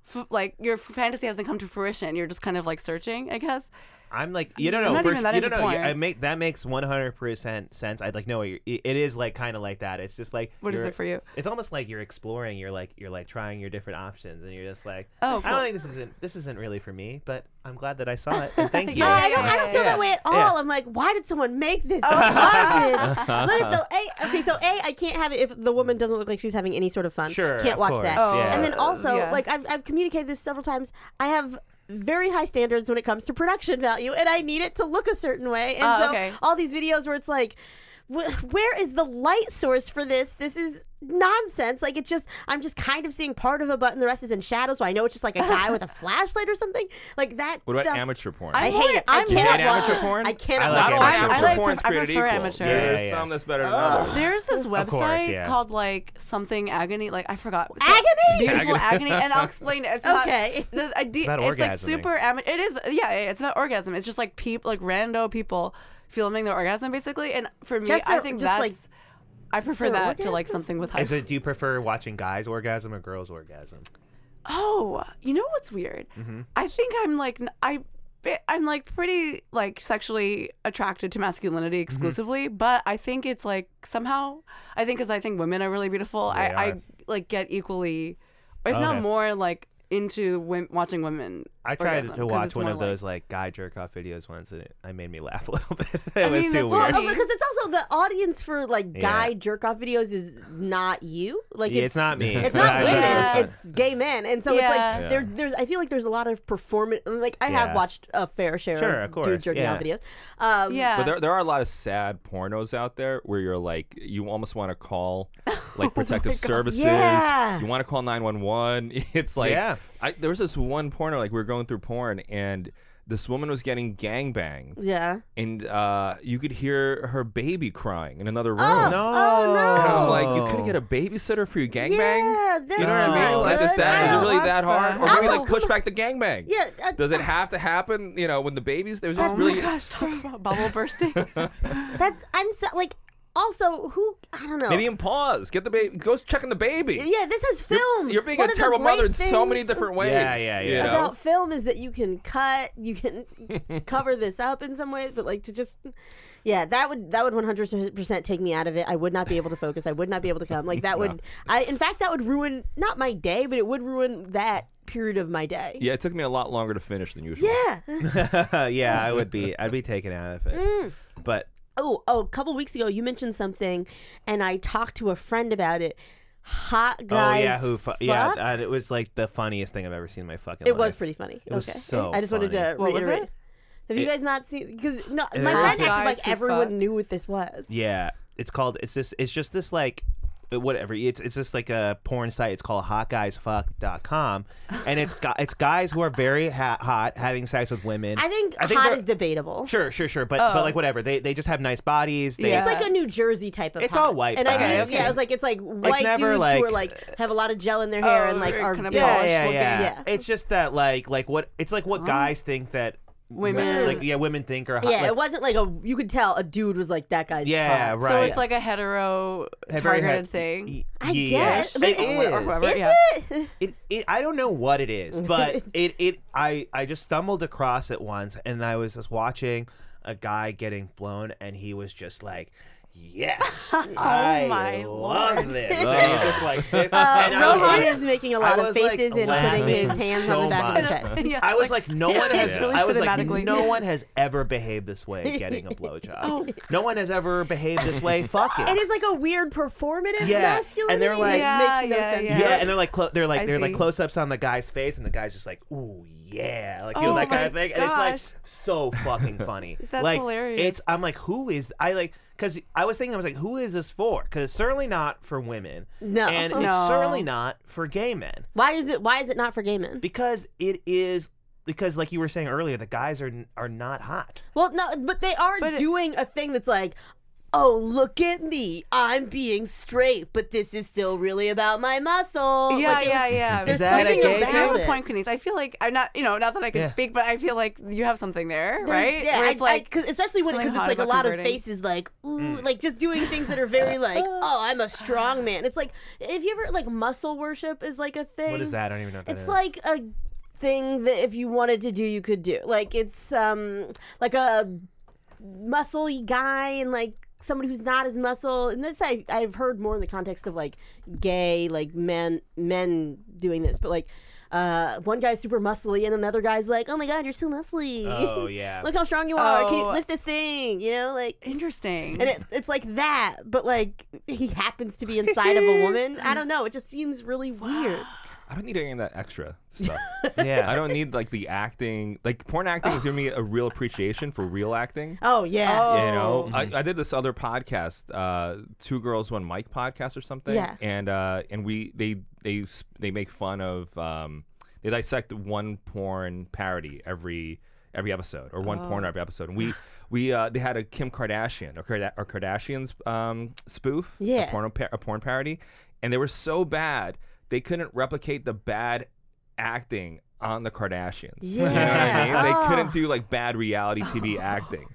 Speaker 7: F- like your fantasy hasn't come to fruition. You're just kind of like searching, I guess.
Speaker 6: I'm like you don't
Speaker 7: I'm
Speaker 6: know.
Speaker 7: not
Speaker 6: for
Speaker 7: even
Speaker 6: sh-
Speaker 7: that
Speaker 6: you don't
Speaker 7: into
Speaker 6: know. yeah,
Speaker 7: porn.
Speaker 6: I make that makes 100 percent sense. I'd like no. It it is like kind of like that. It's just like
Speaker 7: What is
Speaker 6: you're-
Speaker 7: it for you?
Speaker 6: It's almost like you're exploring. You're like you're like trying your different options, and you're just like,
Speaker 7: Oh,
Speaker 6: I
Speaker 7: cool.
Speaker 6: don't think this isn't this isn't really for me, but I'm glad that I saw it.
Speaker 7: <laughs>
Speaker 6: And thank you.
Speaker 4: Yeah, I don't. I don't feel
Speaker 6: Yeah.
Speaker 4: that way at all.
Speaker 6: Yeah.
Speaker 4: I'm like, why did someone make
Speaker 6: <laughs>
Speaker 4: this
Speaker 7: <laughs>
Speaker 4: garbage? Let it the a. Okay, so a, I can't have it if the woman doesn't look like she's having any sort of fun.
Speaker 6: Sure,
Speaker 4: can't
Speaker 6: of
Speaker 4: watch
Speaker 6: course,
Speaker 4: that.
Speaker 6: yeah.
Speaker 4: And then also,
Speaker 7: Oh, Yeah.
Speaker 4: like I've I've communicated this several times. I have very high standards when it comes to production value, and I need it to look a certain way. And
Speaker 7: Oh,
Speaker 4: so
Speaker 7: okay.
Speaker 4: all these videos where it's like. "Wh- Where is the light source for this? This is nonsense. Like it just, I'm just kind of seeing part of a butt and the rest is in shadow. So I know it's just like a guy
Speaker 7: <laughs>
Speaker 4: with a flashlight or something. Like that.
Speaker 5: What about
Speaker 4: stuff.
Speaker 5: amateur porn?
Speaker 4: I hate
Speaker 7: I'm more-
Speaker 4: it. I
Speaker 7: I'm
Speaker 4: cannot
Speaker 5: hate
Speaker 4: watch
Speaker 5: amateur
Speaker 4: it.
Speaker 5: porn?
Speaker 4: I cannot
Speaker 6: I like
Speaker 5: Not
Speaker 4: watch it.
Speaker 5: all
Speaker 6: amateur
Speaker 5: amateur
Speaker 6: I like-
Speaker 5: porn's
Speaker 7: I
Speaker 5: created
Speaker 7: prefer
Speaker 5: equal.
Speaker 7: amateur.
Speaker 6: Yeah,
Speaker 5: There's
Speaker 6: yeah,
Speaker 5: some
Speaker 6: yeah.
Speaker 5: that's better than others.
Speaker 7: There's this website
Speaker 6: course, yeah.
Speaker 7: called like something agony, like I forgot. So-
Speaker 4: Agony?
Speaker 7: beautiful agony, and I'll explain it. It's not-
Speaker 4: Okay.
Speaker 7: the idea,
Speaker 6: about
Speaker 7: it's, like
Speaker 6: orgasming.
Speaker 7: super. Am- it is, yeah, yeah, it's about orgasm. It's just like peep, like rando people filming their orgasm, basically. And for me,
Speaker 4: Just
Speaker 7: I
Speaker 4: their-
Speaker 7: think
Speaker 4: just,
Speaker 7: that's.
Speaker 4: like,
Speaker 7: I prefer
Speaker 4: their
Speaker 7: that to like
Speaker 4: orgasm?
Speaker 7: something with
Speaker 6: <laughs>
Speaker 7: high.
Speaker 6: Is it? Do you prefer watching guys orgasm or girls orgasm?
Speaker 7: oh, you know what's weird?
Speaker 6: Mm-hmm.
Speaker 7: I think I'm like n- I. I'm like pretty like sexually attracted to masculinity
Speaker 6: Mm-hmm.
Speaker 7: exclusively, but I think it's like somehow I think because I think women are really beautiful. I,
Speaker 6: They
Speaker 7: I
Speaker 6: are.
Speaker 7: like get equally, if
Speaker 6: Okay.
Speaker 7: not more, like into wom- watching women.
Speaker 6: I tried
Speaker 7: orgasm,
Speaker 6: to
Speaker 7: 'cause
Speaker 6: watch
Speaker 7: it's
Speaker 6: one
Speaker 7: more
Speaker 6: of
Speaker 7: like-
Speaker 6: those like guy jerk off videos once, and it, I made me <laughs> laugh a little bit. it
Speaker 7: I
Speaker 6: was
Speaker 7: mean,
Speaker 6: too weird.
Speaker 7: that's what-
Speaker 4: Well, oh, because it's also the audience for like guy
Speaker 6: Yeah.
Speaker 4: jerk off videos is not you. Like
Speaker 6: Yeah, it's not
Speaker 5: <laughs>
Speaker 6: me.
Speaker 4: It's
Speaker 6: Yeah,
Speaker 4: not
Speaker 6: I
Speaker 4: women.
Speaker 7: understand.
Speaker 4: It's gay men, and so
Speaker 7: Yeah.
Speaker 4: it's like there, there's. I feel like there's a lot of performance. Like I have
Speaker 6: Yeah.
Speaker 4: watched a fair share
Speaker 6: Sure,
Speaker 4: of,
Speaker 6: of
Speaker 4: dude
Speaker 6: course,
Speaker 4: jerking
Speaker 6: yeah.
Speaker 4: off videos. Um,
Speaker 7: Yeah.
Speaker 5: But there, there are a lot of sad pornos out there where you're like, you almost want to
Speaker 4: <laughs>
Speaker 5: call like protective services.
Speaker 4: Oh Yeah.
Speaker 5: You want to call 911. <laughs> It's like,
Speaker 6: Yeah.
Speaker 5: I, there was this one porno, like we were going through porn and this woman was getting gangbanged
Speaker 4: Yeah.
Speaker 5: and uh, you could hear her baby crying in another room.
Speaker 6: No.
Speaker 4: Oh, no.
Speaker 5: And I'm like, you couldn't get a babysitter for your gangbang?
Speaker 4: Yeah, that's
Speaker 5: you know what I mean?
Speaker 4: not
Speaker 5: Like, is that, is
Speaker 4: good. I
Speaker 5: it
Speaker 4: don't
Speaker 5: really
Speaker 7: like
Speaker 5: that hard?
Speaker 7: that.
Speaker 5: Or maybe
Speaker 4: Also,
Speaker 5: like push back the gangbang.
Speaker 4: Yeah, uh,
Speaker 5: Does it have to happen? You know, when the babies, there's just
Speaker 7: Oh
Speaker 5: really
Speaker 7: my gosh,
Speaker 6: <laughs>
Speaker 7: talk about bubble bursting.
Speaker 4: That's I'm so like. Also, who I don't know.
Speaker 5: Maybe in pause. Get the baby. Go check on the baby.
Speaker 4: Oh. yeah, this is film.
Speaker 5: You're being
Speaker 4: One
Speaker 5: a
Speaker 4: of the
Speaker 5: terrible mother
Speaker 4: great
Speaker 5: in so many
Speaker 4: things-
Speaker 5: different ways.
Speaker 6: Yeah, yeah,
Speaker 5: you
Speaker 6: yeah.
Speaker 5: know?
Speaker 4: about film is that you can cut,
Speaker 6: <laughs>
Speaker 4: you can cover this up in some ways, but like to just yeah, that would that would 100% take me out of it. I would not be able to focus. I would not be able to come. Like
Speaker 6: <laughs>
Speaker 4: that would I in fact that would ruin not my day, but it would ruin that period of my day.
Speaker 5: yeah, it took me a lot longer to finish than usual.
Speaker 6: <laughs>
Speaker 4: Yeah.
Speaker 6: yeah, I would be. I'd be taken out of it.
Speaker 7: Mm.
Speaker 6: But
Speaker 4: Oh, oh, a couple weeks ago you mentioned something and I talked to a friend about it. Hot guys.
Speaker 6: oh yeah, who? Fu- yeah,
Speaker 4: fuck?
Speaker 6: uh, it was like the funniest thing I've ever seen in my fucking.
Speaker 4: It was
Speaker 6: life.
Speaker 4: pretty funny.
Speaker 6: It was
Speaker 4: okay.
Speaker 6: so
Speaker 4: I just wanted to
Speaker 6: funny.
Speaker 7: What was
Speaker 4: reiterate.
Speaker 7: it?
Speaker 4: Have you guys not seen? Because no,
Speaker 6: It
Speaker 4: my
Speaker 6: was-
Speaker 4: friend acted
Speaker 7: Guys
Speaker 4: like
Speaker 7: who
Speaker 4: everyone
Speaker 7: fuck.
Speaker 4: knew what this was.
Speaker 6: Yeah, it's called. It's this. It's just this like uh, whatever. It's it's just like a porn site. It's called
Speaker 4: <laughs>
Speaker 6: hotguysfuck.com, and it's gu- it's guys who are very ha- hot having sex with women.
Speaker 4: I think, hot
Speaker 6: they're-
Speaker 4: is debatable.
Speaker 6: Sure, sure, sure. But
Speaker 7: Oh.
Speaker 6: but like whatever. They they just have nice bodies. They,
Speaker 7: Yeah.
Speaker 4: It's like a New Jersey type of.
Speaker 6: It's
Speaker 4: hot.
Speaker 6: all white
Speaker 4: And I
Speaker 6: guys.
Speaker 4: mean,
Speaker 7: Okay,
Speaker 4: yeah,
Speaker 7: okay.
Speaker 4: it was like it's like white
Speaker 6: never
Speaker 4: dudes who
Speaker 6: like-
Speaker 4: are like have a lot of gel in their hair
Speaker 7: Oh,
Speaker 4: and like
Speaker 7: they're
Speaker 4: are
Speaker 7: kind of
Speaker 4: polished
Speaker 6: yeah, yeah,
Speaker 4: looking.
Speaker 6: yeah.
Speaker 4: Yeah. Oh.
Speaker 6: It's just that like like what it's like what guys think that
Speaker 7: Women.
Speaker 6: like yeah, women think are hot.
Speaker 4: Yeah, it
Speaker 6: like,
Speaker 4: wasn't like a. You could tell a dude was like that guy's.
Speaker 6: Yeah,
Speaker 4: hot.
Speaker 6: right.
Speaker 7: So it's like a hetero
Speaker 6: have very
Speaker 7: targeted
Speaker 6: had-
Speaker 7: thing.
Speaker 6: y-
Speaker 4: I
Speaker 6: yes,
Speaker 4: guess, but oh,
Speaker 6: it
Speaker 4: it's-
Speaker 6: is.
Speaker 7: Or whoever,
Speaker 4: Is
Speaker 7: yeah.
Speaker 4: it?
Speaker 6: It, it, I don't know what it is,
Speaker 7: <laughs>
Speaker 6: but it, it, I, I just stumbled across it once, and I was just watching a guy getting blown, and he was just like,
Speaker 7: <laughs>
Speaker 6: "Yes, I
Speaker 7: Oh my
Speaker 6: love this." And he's just like this,
Speaker 4: Uh,
Speaker 6: <laughs> and I was
Speaker 4: Rohan
Speaker 6: like-
Speaker 4: is making a lot
Speaker 6: I
Speaker 4: of
Speaker 6: was, like,
Speaker 4: faces and putting
Speaker 6: laughing <laughs>
Speaker 4: his hands
Speaker 6: so
Speaker 4: on the back of his
Speaker 6: much.
Speaker 4: head.
Speaker 7: <laughs> yeah,
Speaker 6: I was like, no one has.
Speaker 7: really
Speaker 6: I was like,
Speaker 7: cinematically.
Speaker 6: no one has ever behaved this way
Speaker 7: <laughs>
Speaker 6: getting a blowjob.
Speaker 7: Oh.
Speaker 6: No one has ever behaved this way fucking.
Speaker 4: It is like a weird performative
Speaker 6: Yeah,
Speaker 4: masculinity.
Speaker 6: and they're like-
Speaker 7: Yeah,
Speaker 4: makes no
Speaker 7: yeah,
Speaker 4: sense.
Speaker 6: yeah. and they're like, clo- they're like,
Speaker 7: I
Speaker 6: they're like
Speaker 7: see.
Speaker 6: close ups on the guy's face, and the guy's just like, ooh yeah, like you know
Speaker 7: Oh
Speaker 6: that kind
Speaker 7: my
Speaker 6: of thing, and it's
Speaker 7: gosh.
Speaker 6: like so fucking funny.
Speaker 7: <laughs> That's
Speaker 6: like,
Speaker 7: hilarious.
Speaker 6: It's I'm like, who is I like? Because I was thinking, I was like, who is this for? Because certainly not for women.
Speaker 4: No.
Speaker 7: <laughs>
Speaker 6: and it's
Speaker 7: No.
Speaker 6: certainly not for gay men
Speaker 4: Why is it? Why is it not for gay men?
Speaker 6: because it is because like you were saying earlier, the guys are are not hot.
Speaker 4: Well, no, but they are
Speaker 7: But it-
Speaker 4: doing a thing that's like, oh, look at me, I'm being straight, but this is still really about my muscle.
Speaker 7: Yeah,
Speaker 4: Oh, Like, it
Speaker 7: yeah,
Speaker 4: was-
Speaker 7: yeah.
Speaker 4: There's
Speaker 6: Is that
Speaker 4: something
Speaker 6: a gay
Speaker 4: about
Speaker 6: thing?
Speaker 7: You have
Speaker 4: it.
Speaker 7: a point, Quinnies. I feel like I'm not, you know, not that I can
Speaker 6: Yeah.
Speaker 7: speak, but I feel like you have something there,
Speaker 4: There's-
Speaker 7: right?
Speaker 4: Yeah,
Speaker 7: Where
Speaker 4: I-
Speaker 7: it's like,
Speaker 4: I, 'cause especially when because
Speaker 7: something
Speaker 4: it's
Speaker 7: hot
Speaker 4: like a
Speaker 7: about
Speaker 4: lot of
Speaker 7: converting. Mm.
Speaker 4: faces like ooh, like just doing things that are very
Speaker 7: <laughs>
Speaker 4: like oh, I'm a strong man. It's like if you ever like muscle worship is like a thing.
Speaker 6: What is that? I don't even know. What that
Speaker 4: It's
Speaker 6: is.
Speaker 4: like a thing that if you wanted to do, you could do. Like it's um like a muscly guy and like somebody who's not as muscle. And this I I've heard more in the context of like gay like men men doing this, but like. Uh, one guy's super muscly, and another guy's like, "Oh my god, you're so muscly! <laughs>
Speaker 6: Oh, yeah.
Speaker 4: Look how strong you are! Can you
Speaker 7: Oh.
Speaker 4: lift this thing? You know, like."
Speaker 7: interesting.
Speaker 4: And it, it's like that, but like he happens to be inside of a woman. I don't know. It just seems really weird.
Speaker 5: I don't need any of that
Speaker 4: <laughs>
Speaker 5: extra stuff.
Speaker 6: yeah.
Speaker 5: I don't need like the acting. Like porn acting is giving me a real appreciation for real acting.
Speaker 4: Oh yeah.
Speaker 7: oh,
Speaker 5: You know, I, I did this other podcast, uh, Two Girls One Mic podcast or something.
Speaker 4: Yeah.
Speaker 5: And uh, and we they they s- they make fun of um, they dissect one porn parody every every episode or one
Speaker 4: Oh.
Speaker 5: porn every episode. And we we uh, they had a Kim Kardashian or, Karda- or Kardashians um, spoof, a
Speaker 4: Yeah.
Speaker 5: porno pa- a porn parody, and they were so bad they couldn't replicate the bad acting on the Kardashians. You know what I mean?
Speaker 4: Yeah.
Speaker 5: They
Speaker 4: Oh.
Speaker 5: couldn't do like bad reality
Speaker 4: <gasps>
Speaker 5: TV acting.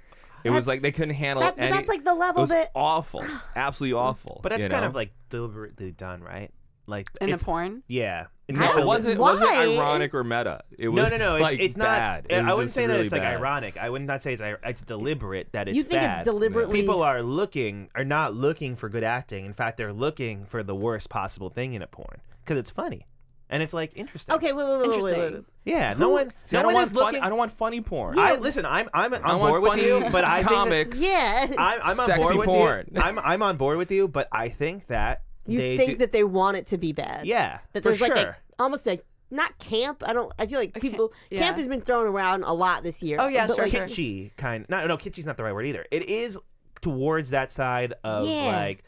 Speaker 5: It was
Speaker 4: That's-
Speaker 5: like they couldn't handle
Speaker 4: that- but
Speaker 5: any-
Speaker 4: that's, like, the level
Speaker 5: it was
Speaker 4: that- <sighs>
Speaker 5: awful, absolutely awful.
Speaker 6: But it's
Speaker 5: you
Speaker 6: kind
Speaker 5: know?
Speaker 6: of like deliberately done, right? Like
Speaker 7: in a
Speaker 6: it's-
Speaker 7: porn.
Speaker 6: Yeah. It's
Speaker 5: No,
Speaker 6: not
Speaker 5: it
Speaker 6: deliberate.
Speaker 5: wasn't. It wasn't
Speaker 4: Why?
Speaker 5: ironic or meta. It was
Speaker 6: No, no, no. It's,
Speaker 5: Like
Speaker 6: it's not.
Speaker 5: bad. It
Speaker 6: I
Speaker 5: was
Speaker 6: wouldn't
Speaker 5: just
Speaker 6: say that
Speaker 5: really
Speaker 6: it's like
Speaker 5: bad.
Speaker 6: ironic. I would not say it's ir- it's deliberate that it's
Speaker 4: you think
Speaker 6: bad.
Speaker 4: it's deliberately
Speaker 6: People are looking, are not looking for good acting. In fact, they're looking for the worst possible thing in a porn because it's funny, and it's like interesting.
Speaker 4: okay wait wait wait wait, wait, wait.
Speaker 7: Interesting.
Speaker 6: Yeah. No one.
Speaker 5: See,
Speaker 6: no
Speaker 5: I don't
Speaker 6: one
Speaker 5: want
Speaker 6: is
Speaker 5: funny-
Speaker 6: looking.
Speaker 5: I don't want funny porn.
Speaker 6: I listen. I'm I'm
Speaker 5: I
Speaker 6: on
Speaker 5: don't want
Speaker 6: board with
Speaker 5: funny
Speaker 6: you, but I think that-
Speaker 5: comics.
Speaker 4: yeah
Speaker 6: I'm I'm on
Speaker 5: Sexy
Speaker 6: board with
Speaker 5: porn.
Speaker 6: you. I'm I'm on board with you, but I think that
Speaker 4: you
Speaker 6: they
Speaker 4: think
Speaker 6: do-
Speaker 4: that they want it to be bad
Speaker 6: yeah
Speaker 4: that
Speaker 6: for
Speaker 4: there's
Speaker 6: sure.
Speaker 4: like a, almost a not camp i don't i feel like
Speaker 7: Okay,
Speaker 4: people
Speaker 7: yeah.
Speaker 4: camp has been thrown around a lot this year
Speaker 7: Oh, yeah,
Speaker 4: but
Speaker 7: sure,
Speaker 4: like,
Speaker 7: sure.
Speaker 6: kitschy kind. No, no, kitschy's not the right word either. It is towards that side of
Speaker 4: Yeah.
Speaker 6: like,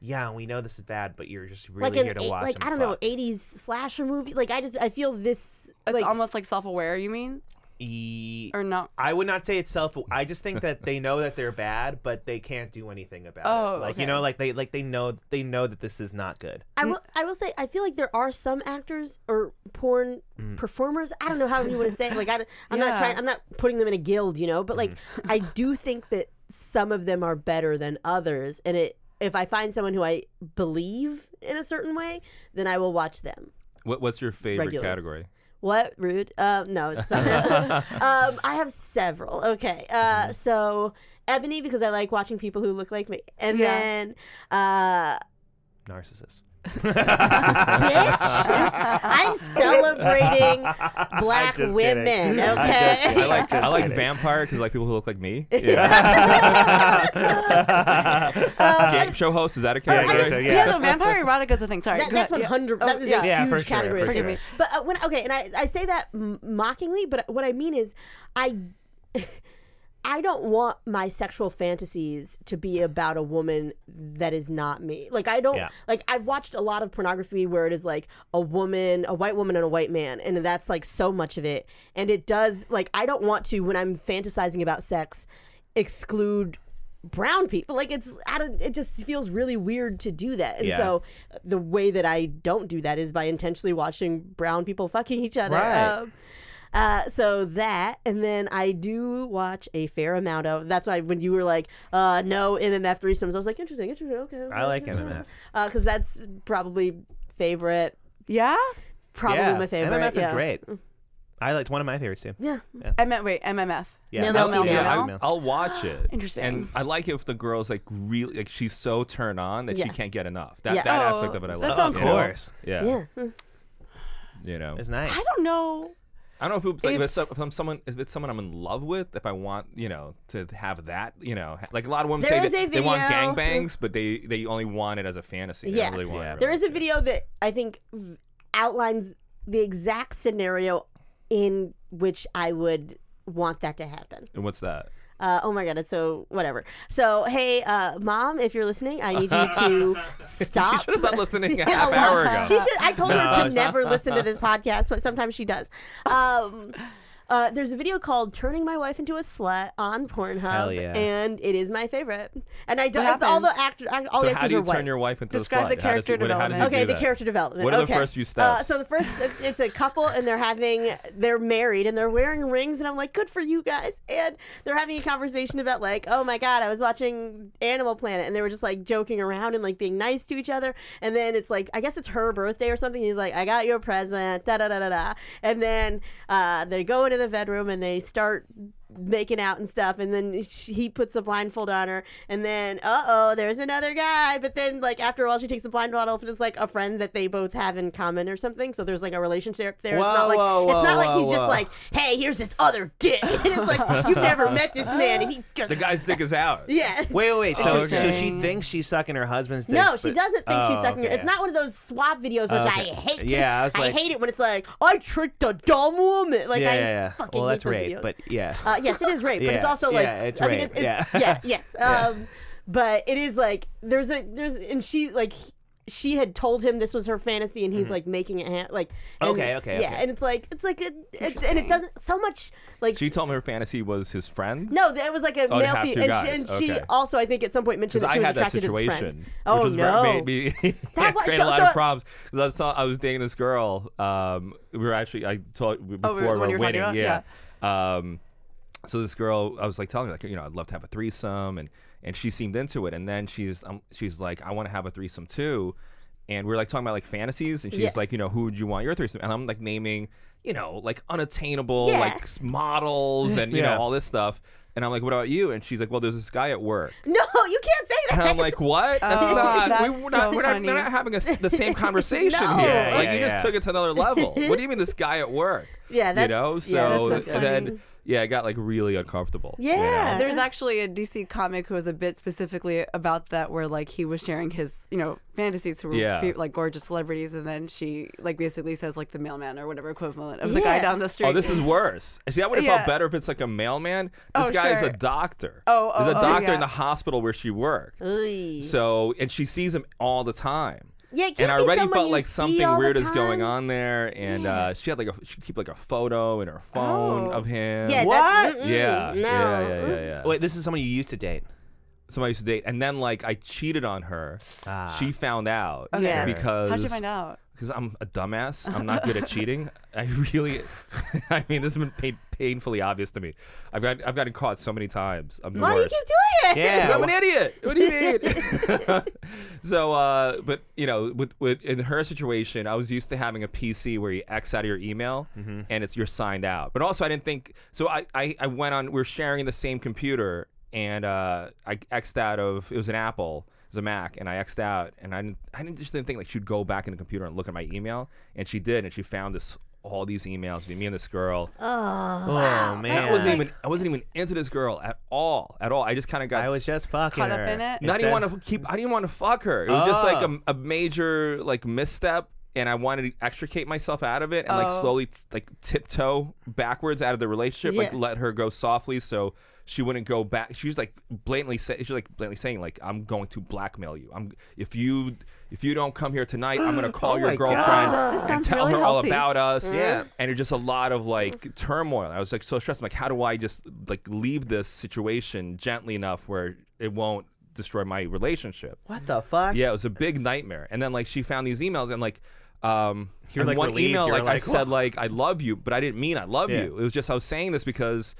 Speaker 6: yeah, we know this is bad, but you're just really
Speaker 4: like an
Speaker 6: here to
Speaker 4: eight-
Speaker 6: watch.
Speaker 4: like
Speaker 6: them
Speaker 4: i don't know
Speaker 6: fuck.
Speaker 4: 80s slasher movie like i just i feel this
Speaker 7: It's
Speaker 4: like
Speaker 7: almost like self-aware. You mean
Speaker 6: E-
Speaker 7: or not?
Speaker 6: I would not say it's self. I just think that they know that they're bad, but they can't do anything about it.
Speaker 7: Oh,
Speaker 6: Like you
Speaker 7: okay.
Speaker 6: know, like they like they know they know that this is not good.
Speaker 7: Mm.
Speaker 4: I will, I will say I feel like there are some actors or porn performers. I don't know how you want to say it. like
Speaker 7: <laughs>
Speaker 4: I, am not
Speaker 7: Mm. Yeah. Mm.
Speaker 4: trying I'm not putting them in a guild, you know, but like I do think that some of them are better than others and it if I find someone who I believe in a certain way, then I will watch them.
Speaker 5: What, what's your favorite
Speaker 4: Regular.
Speaker 5: category?
Speaker 4: What rude? Uh, no, it's not.
Speaker 7: <laughs>
Speaker 4: um, I have several. Okay,
Speaker 7: Mm-hmm.
Speaker 4: uh, so Ebony because I like watching people who look like me, and
Speaker 7: Yeah.
Speaker 4: then uh,
Speaker 6: Narcissist. <laughs>
Speaker 7: <laughs>
Speaker 4: bitch. I'm celebrating black
Speaker 6: just
Speaker 4: women.
Speaker 6: kidding. <laughs>
Speaker 4: Okay.
Speaker 6: I'm just kidding.
Speaker 5: I like I like
Speaker 6: kidding.
Speaker 5: vampire because like people who look like
Speaker 4: <laughs>
Speaker 5: me.
Speaker 6: <laughs>
Speaker 5: Yeah. Game show host is that a
Speaker 6: I
Speaker 5: category?
Speaker 6: mean,
Speaker 7: Yeah,
Speaker 6: Yeah.
Speaker 7: no, vampire erotica is a thing. Sorry,
Speaker 4: That,
Speaker 7: go
Speaker 4: that's one
Speaker 7: ahead. Yeah.
Speaker 4: hundred.
Speaker 7: Oh,
Speaker 4: That's a
Speaker 6: Yeah,
Speaker 4: huge
Speaker 6: for sure,
Speaker 4: category.
Speaker 6: for
Speaker 4: for
Speaker 6: sure.
Speaker 4: me. <laughs> But uh, when okay, and I, I say that m- mockingly, but what I mean is, I <laughs> I don't want my sexual fantasies to be about a woman that is not me. Like I don't
Speaker 6: Yeah.
Speaker 4: like I've watched a lot of pornography where it is like a woman, a white woman and a white man and that's like so much of it. And it does like I don't want to when I'm fantasizing about sex exclude brown people. Like it's I don't it just feels really weird to do that. And
Speaker 6: Yeah.
Speaker 4: so uh, the way that I don't do that is by intentionally watching brown people fucking each other.
Speaker 6: Right.
Speaker 4: Um, Uh, so that, and then I do watch a fair amount of. That's why when you were like, uh, no MMF threesomes, I was like, interesting, interesting, okay. okay,
Speaker 6: I like
Speaker 4: okay,
Speaker 6: MMF.
Speaker 4: because that's probably favorite,
Speaker 7: Yeah?
Speaker 4: probably
Speaker 6: yeah.
Speaker 4: my favorite.
Speaker 6: MMF
Speaker 4: yeah. Mm.
Speaker 6: is great. I liked one of my favorites too.
Speaker 4: Yeah,
Speaker 7: I meant, wait, MMF.
Speaker 6: Yeah,
Speaker 4: Mel, Mel,
Speaker 6: yeah,
Speaker 7: Mel.
Speaker 6: I- Mel.
Speaker 5: I'll watch it.
Speaker 7: Interesting.
Speaker 5: And I like it if the girl's like really like she's so turned on that
Speaker 4: Yeah.
Speaker 5: she can't get enough. That
Speaker 4: Yeah.
Speaker 5: that
Speaker 7: Oh,
Speaker 5: aspect of it I
Speaker 7: that
Speaker 5: love.
Speaker 7: sounds
Speaker 5: you
Speaker 6: Of
Speaker 5: know?
Speaker 7: cool.
Speaker 6: course,
Speaker 5: Yeah.
Speaker 4: yeah. Mm.
Speaker 5: You know.
Speaker 6: it's nice.
Speaker 7: I don't know.
Speaker 5: I don't know if it's like if,
Speaker 7: If-
Speaker 5: it's some- if I'm someone if it's someone I'm in love with, if I want you know to have that you know ha- like a lot of women
Speaker 4: There
Speaker 5: say
Speaker 4: is
Speaker 5: that
Speaker 4: a
Speaker 5: they want
Speaker 4: video.
Speaker 5: gangbangs, but they they only want it as a fantasy. They
Speaker 4: Yeah.
Speaker 5: don't really want
Speaker 6: Yeah.
Speaker 5: it.
Speaker 4: There is a video that I think v- outlines the exact scenario in which I would want that to happen.
Speaker 5: And what's that?
Speaker 4: Uh, oh my god, it's so whatever. So hey, uh, mom, if you're listening, I need
Speaker 5: <laughs>
Speaker 4: you to stop.
Speaker 5: She should have stopped
Speaker 4: <laughs>
Speaker 5: listening a
Speaker 4: Yeah,
Speaker 5: half
Speaker 4: well,
Speaker 5: hour ago.
Speaker 4: She should. I told her
Speaker 5: No.
Speaker 4: to never listen to this podcast, but sometimes she does. Um, uh, there's a video called "Turning My Wife into a Slut" on Pornhub,
Speaker 6: Hell yeah.
Speaker 4: and it is act- all the actor- and I don't.
Speaker 7: What
Speaker 4: All the
Speaker 7: happens?
Speaker 4: actors, all the
Speaker 5: so
Speaker 4: actors
Speaker 5: how do you
Speaker 4: are
Speaker 5: turn
Speaker 4: white.
Speaker 5: your wife into a
Speaker 7: Describe
Speaker 5: slut?
Speaker 7: the
Speaker 5: How does it-
Speaker 7: character
Speaker 5: what- how does
Speaker 7: development.
Speaker 5: it
Speaker 4: Okay,
Speaker 5: do
Speaker 4: the
Speaker 5: that?
Speaker 4: character development.
Speaker 5: What are the
Speaker 4: Okay.
Speaker 5: first few
Speaker 4: Uh,
Speaker 5: steps?
Speaker 4: so the first, it's a couple, and they're having, they're married, and they're wearing rings, and I'm like, good for you guys. And they're having a conversation about like, oh my god, I was watching Animal Planet, and they were just like joking around and like being nice to each other. And then it's like, I guess it's her birthday or something. He's like, I got you a present, da da da da da. And then uh, they go into the bedroom and they start making out and stuff and then she, he puts a blindfold on her and then uh-oh there's another guy but then like after a while she takes the blindfold off and it's like a friend that they both have in common or something so there's like a relationship there it's
Speaker 6: Whoa,
Speaker 4: not like
Speaker 6: whoa,
Speaker 4: it's not
Speaker 6: whoa,
Speaker 4: like he's
Speaker 6: whoa,
Speaker 4: just
Speaker 6: whoa.
Speaker 4: like hey here's this other dick <laughs> and it's like you've never met this man and he just
Speaker 5: the guy's dick is out.
Speaker 4: <laughs> yeah
Speaker 6: Wait, wait, wait. So, so she
Speaker 7: Interesting.
Speaker 6: thinks she's sucking her husband's dick.
Speaker 4: no, she
Speaker 6: but-
Speaker 4: doesn't think she's
Speaker 6: Oh,
Speaker 4: sucking.
Speaker 6: okay.
Speaker 4: her.
Speaker 6: Oh,
Speaker 4: It's not one of those swap videos, which
Speaker 6: Okay.
Speaker 4: <laughs> I hate.
Speaker 6: Yeah, I was like-
Speaker 4: hate it when it's like I tricked a dumb woman. Like
Speaker 6: yeah,
Speaker 4: I
Speaker 6: yeah, yeah.
Speaker 4: fucking
Speaker 6: well,
Speaker 4: hate
Speaker 6: that's
Speaker 4: those
Speaker 6: rape,
Speaker 4: videos.
Speaker 6: but yeah.
Speaker 4: Uh, yes, it is rape, but it's
Speaker 6: Yeah,
Speaker 4: also like
Speaker 6: yeah, it's
Speaker 4: I mean,
Speaker 6: rape,
Speaker 4: it, it's,
Speaker 6: yeah.
Speaker 4: yeah,
Speaker 6: <laughs>
Speaker 4: yes. Um, But it is like there's a there's and she like he- she had told him this was her fantasy, and he's like making it ha- like and-
Speaker 6: Mm-hmm. Okay, okay,
Speaker 4: yeah,
Speaker 6: okay.
Speaker 4: and it's like it's like a, it's and it doesn't so much like
Speaker 5: She told me her fantasy was his friend.
Speaker 4: no, that was like a
Speaker 5: Oh, to
Speaker 4: male
Speaker 5: have
Speaker 4: fe-
Speaker 5: two
Speaker 4: and,
Speaker 5: guys,
Speaker 4: she, and she
Speaker 5: okay.
Speaker 4: also I think at some point mentioned
Speaker 5: Because I
Speaker 4: that she was
Speaker 5: had that
Speaker 4: attracted to his friend.
Speaker 5: situation.
Speaker 4: Oh
Speaker 5: which was
Speaker 4: no,
Speaker 5: Where it made me
Speaker 4: <laughs>
Speaker 5: <laughs>
Speaker 4: That
Speaker 5: that
Speaker 4: was-
Speaker 5: create
Speaker 4: so-
Speaker 5: a lot
Speaker 4: so-
Speaker 5: of problems. Because I was, tell- I was dating this girl. Um, we were actually I told before
Speaker 7: Oh, we were- when
Speaker 5: we were
Speaker 7: you were
Speaker 5: winning.
Speaker 7: talking about-
Speaker 5: yeah. Um, so this girl, I was like telling her like you know I'd love to have a threesome, and and she seemed into it. And then she's um, she's like I want to have a threesome too. And we were like talking about like fantasies, and she's
Speaker 4: Yeah.
Speaker 5: like, you know, who would you want your threesome? And I'm like naming, you know, like unattainable
Speaker 4: Yeah.
Speaker 5: like s-
Speaker 4: <laughs>
Speaker 5: models and you
Speaker 6: Yeah.
Speaker 5: know all this stuff. And I'm like, what about you? And she's like, well, there's this guy at work.
Speaker 4: <laughs> no, you can't say that.
Speaker 5: And I'm like,
Speaker 4: <laughs>
Speaker 5: what? That's
Speaker 7: Oh,
Speaker 5: not.
Speaker 7: that's
Speaker 5: we, we're not.
Speaker 7: so
Speaker 5: we're not, they're
Speaker 7: funny.
Speaker 5: not having a s the same conversation
Speaker 4: No.
Speaker 5: here.
Speaker 6: Yeah,
Speaker 5: like
Speaker 6: yeah,
Speaker 5: you
Speaker 6: yeah.
Speaker 5: just took it to another level.
Speaker 4: <laughs>
Speaker 5: what do you mean this guy at work?
Speaker 4: Yeah, that's-
Speaker 5: you know. So,
Speaker 4: yeah, that's so
Speaker 5: and
Speaker 4: funny.
Speaker 5: then yeah, it got like really uncomfortable. Oh, you know?
Speaker 4: Yeah.
Speaker 7: There's actually a DC comic who has a bit specifically about that, where like he was sharing his, you know, fantasies to
Speaker 5: Yeah.
Speaker 7: fe- like gorgeous celebrities, and then she like basically says like the mailman or whatever equivalent of the guy
Speaker 4: Yeah.
Speaker 7: down the street.
Speaker 5: Oh, this is worse. See, I would have
Speaker 7: Yeah.
Speaker 5: felt better if it's like a mailman. This
Speaker 7: Oh,
Speaker 5: guy is
Speaker 7: sure.
Speaker 5: a doctor.
Speaker 7: Oh, oh,
Speaker 5: He's a
Speaker 7: oh,
Speaker 5: doctor
Speaker 7: yeah.
Speaker 5: in the hospital where she worked.
Speaker 4: Ooh.
Speaker 5: So, and she sees him all the time.
Speaker 4: Yeah, it can't
Speaker 5: and I
Speaker 4: be
Speaker 5: already
Speaker 4: someone
Speaker 5: felt
Speaker 4: you
Speaker 5: like
Speaker 4: see
Speaker 5: something
Speaker 4: all the
Speaker 5: weird is going
Speaker 4: time.
Speaker 5: on there, and uh, she had like a she keep like a photo in her phone
Speaker 7: Oh.
Speaker 5: of him.
Speaker 4: yeah,
Speaker 6: What?
Speaker 4: That, mm-mm,
Speaker 5: Yeah,
Speaker 4: Mm, no.
Speaker 5: yeah, yeah, yeah, yeah.
Speaker 6: Wait, this is someone you used to date.
Speaker 5: Somebody used to date, and then like I cheated on her.
Speaker 6: Ah.
Speaker 5: She found out
Speaker 7: Okay. Yeah.
Speaker 5: because
Speaker 7: How'd you find out?
Speaker 5: Because I'm a dumbass. I'm not
Speaker 4: <laughs>
Speaker 5: good at cheating. I really, <laughs> I mean, this has been pain, painfully obvious to me. I've got I've gotten caught so many times. I'm the
Speaker 4: Why do you
Speaker 5: worst.
Speaker 4: keep doing it?
Speaker 6: Yeah.
Speaker 5: I'm an idiot. What do you mean? <laughs> so, uh, but you know, with, with in her situation, I was used to having a PC where you X out of your email and it's you're signed out. But also, I didn't think so. I I, I went on. We are sharing the same computer, and uh, I X'd out of it was an Apple. it was A Mac and I X'd out and I didn't, I didn't just didn't think like she'd go back in the computer and look at my email and she did and she found this all these emails me and this girl
Speaker 6: Oh man,
Speaker 5: I wasn't even I wasn't even into this girl at all at all I just kind of got
Speaker 6: I was
Speaker 5: s-
Speaker 6: just fucking
Speaker 7: Caught up
Speaker 6: her.
Speaker 7: in it?
Speaker 5: not even
Speaker 6: Instead-
Speaker 5: want to keep. I didn't want to fuck her. It was just like
Speaker 6: Oh.
Speaker 5: a, a major like misstep, and I wanted to extricate myself out of it and like
Speaker 7: Oh.
Speaker 5: slowly like tiptoe backwards out of the relationship. Like
Speaker 4: Yeah.
Speaker 5: let her go softly so she wouldn't go back. She was like blatantly say, she was like blatantly saying like I'm going to blackmail you. I'm if you if you don't come here tonight, I'm
Speaker 6: <gasps>
Speaker 5: gonna call
Speaker 6: Oh
Speaker 5: your
Speaker 6: my
Speaker 5: girlfriend
Speaker 6: God.
Speaker 7: This
Speaker 5: and
Speaker 7: sounds
Speaker 5: tell
Speaker 7: really
Speaker 5: her all
Speaker 7: healthy.
Speaker 5: about us.
Speaker 6: Mm-hmm. Yeah.
Speaker 5: and it just a lot of like turmoil. I was like so stressed. I'm like, how do I just like leave this situation gently enough where it won't destroy my relationship?
Speaker 6: What the fuck?
Speaker 5: Yeah, it was a big nightmare. And then like she found these emails and like Um,
Speaker 6: You're,
Speaker 5: and
Speaker 6: like,
Speaker 5: one
Speaker 6: relieved.
Speaker 5: email,
Speaker 6: You're
Speaker 5: like, I
Speaker 6: like,
Speaker 5: said, like I love you, but I didn't mean I love
Speaker 6: Yeah.
Speaker 5: you. It was just I was saying this because,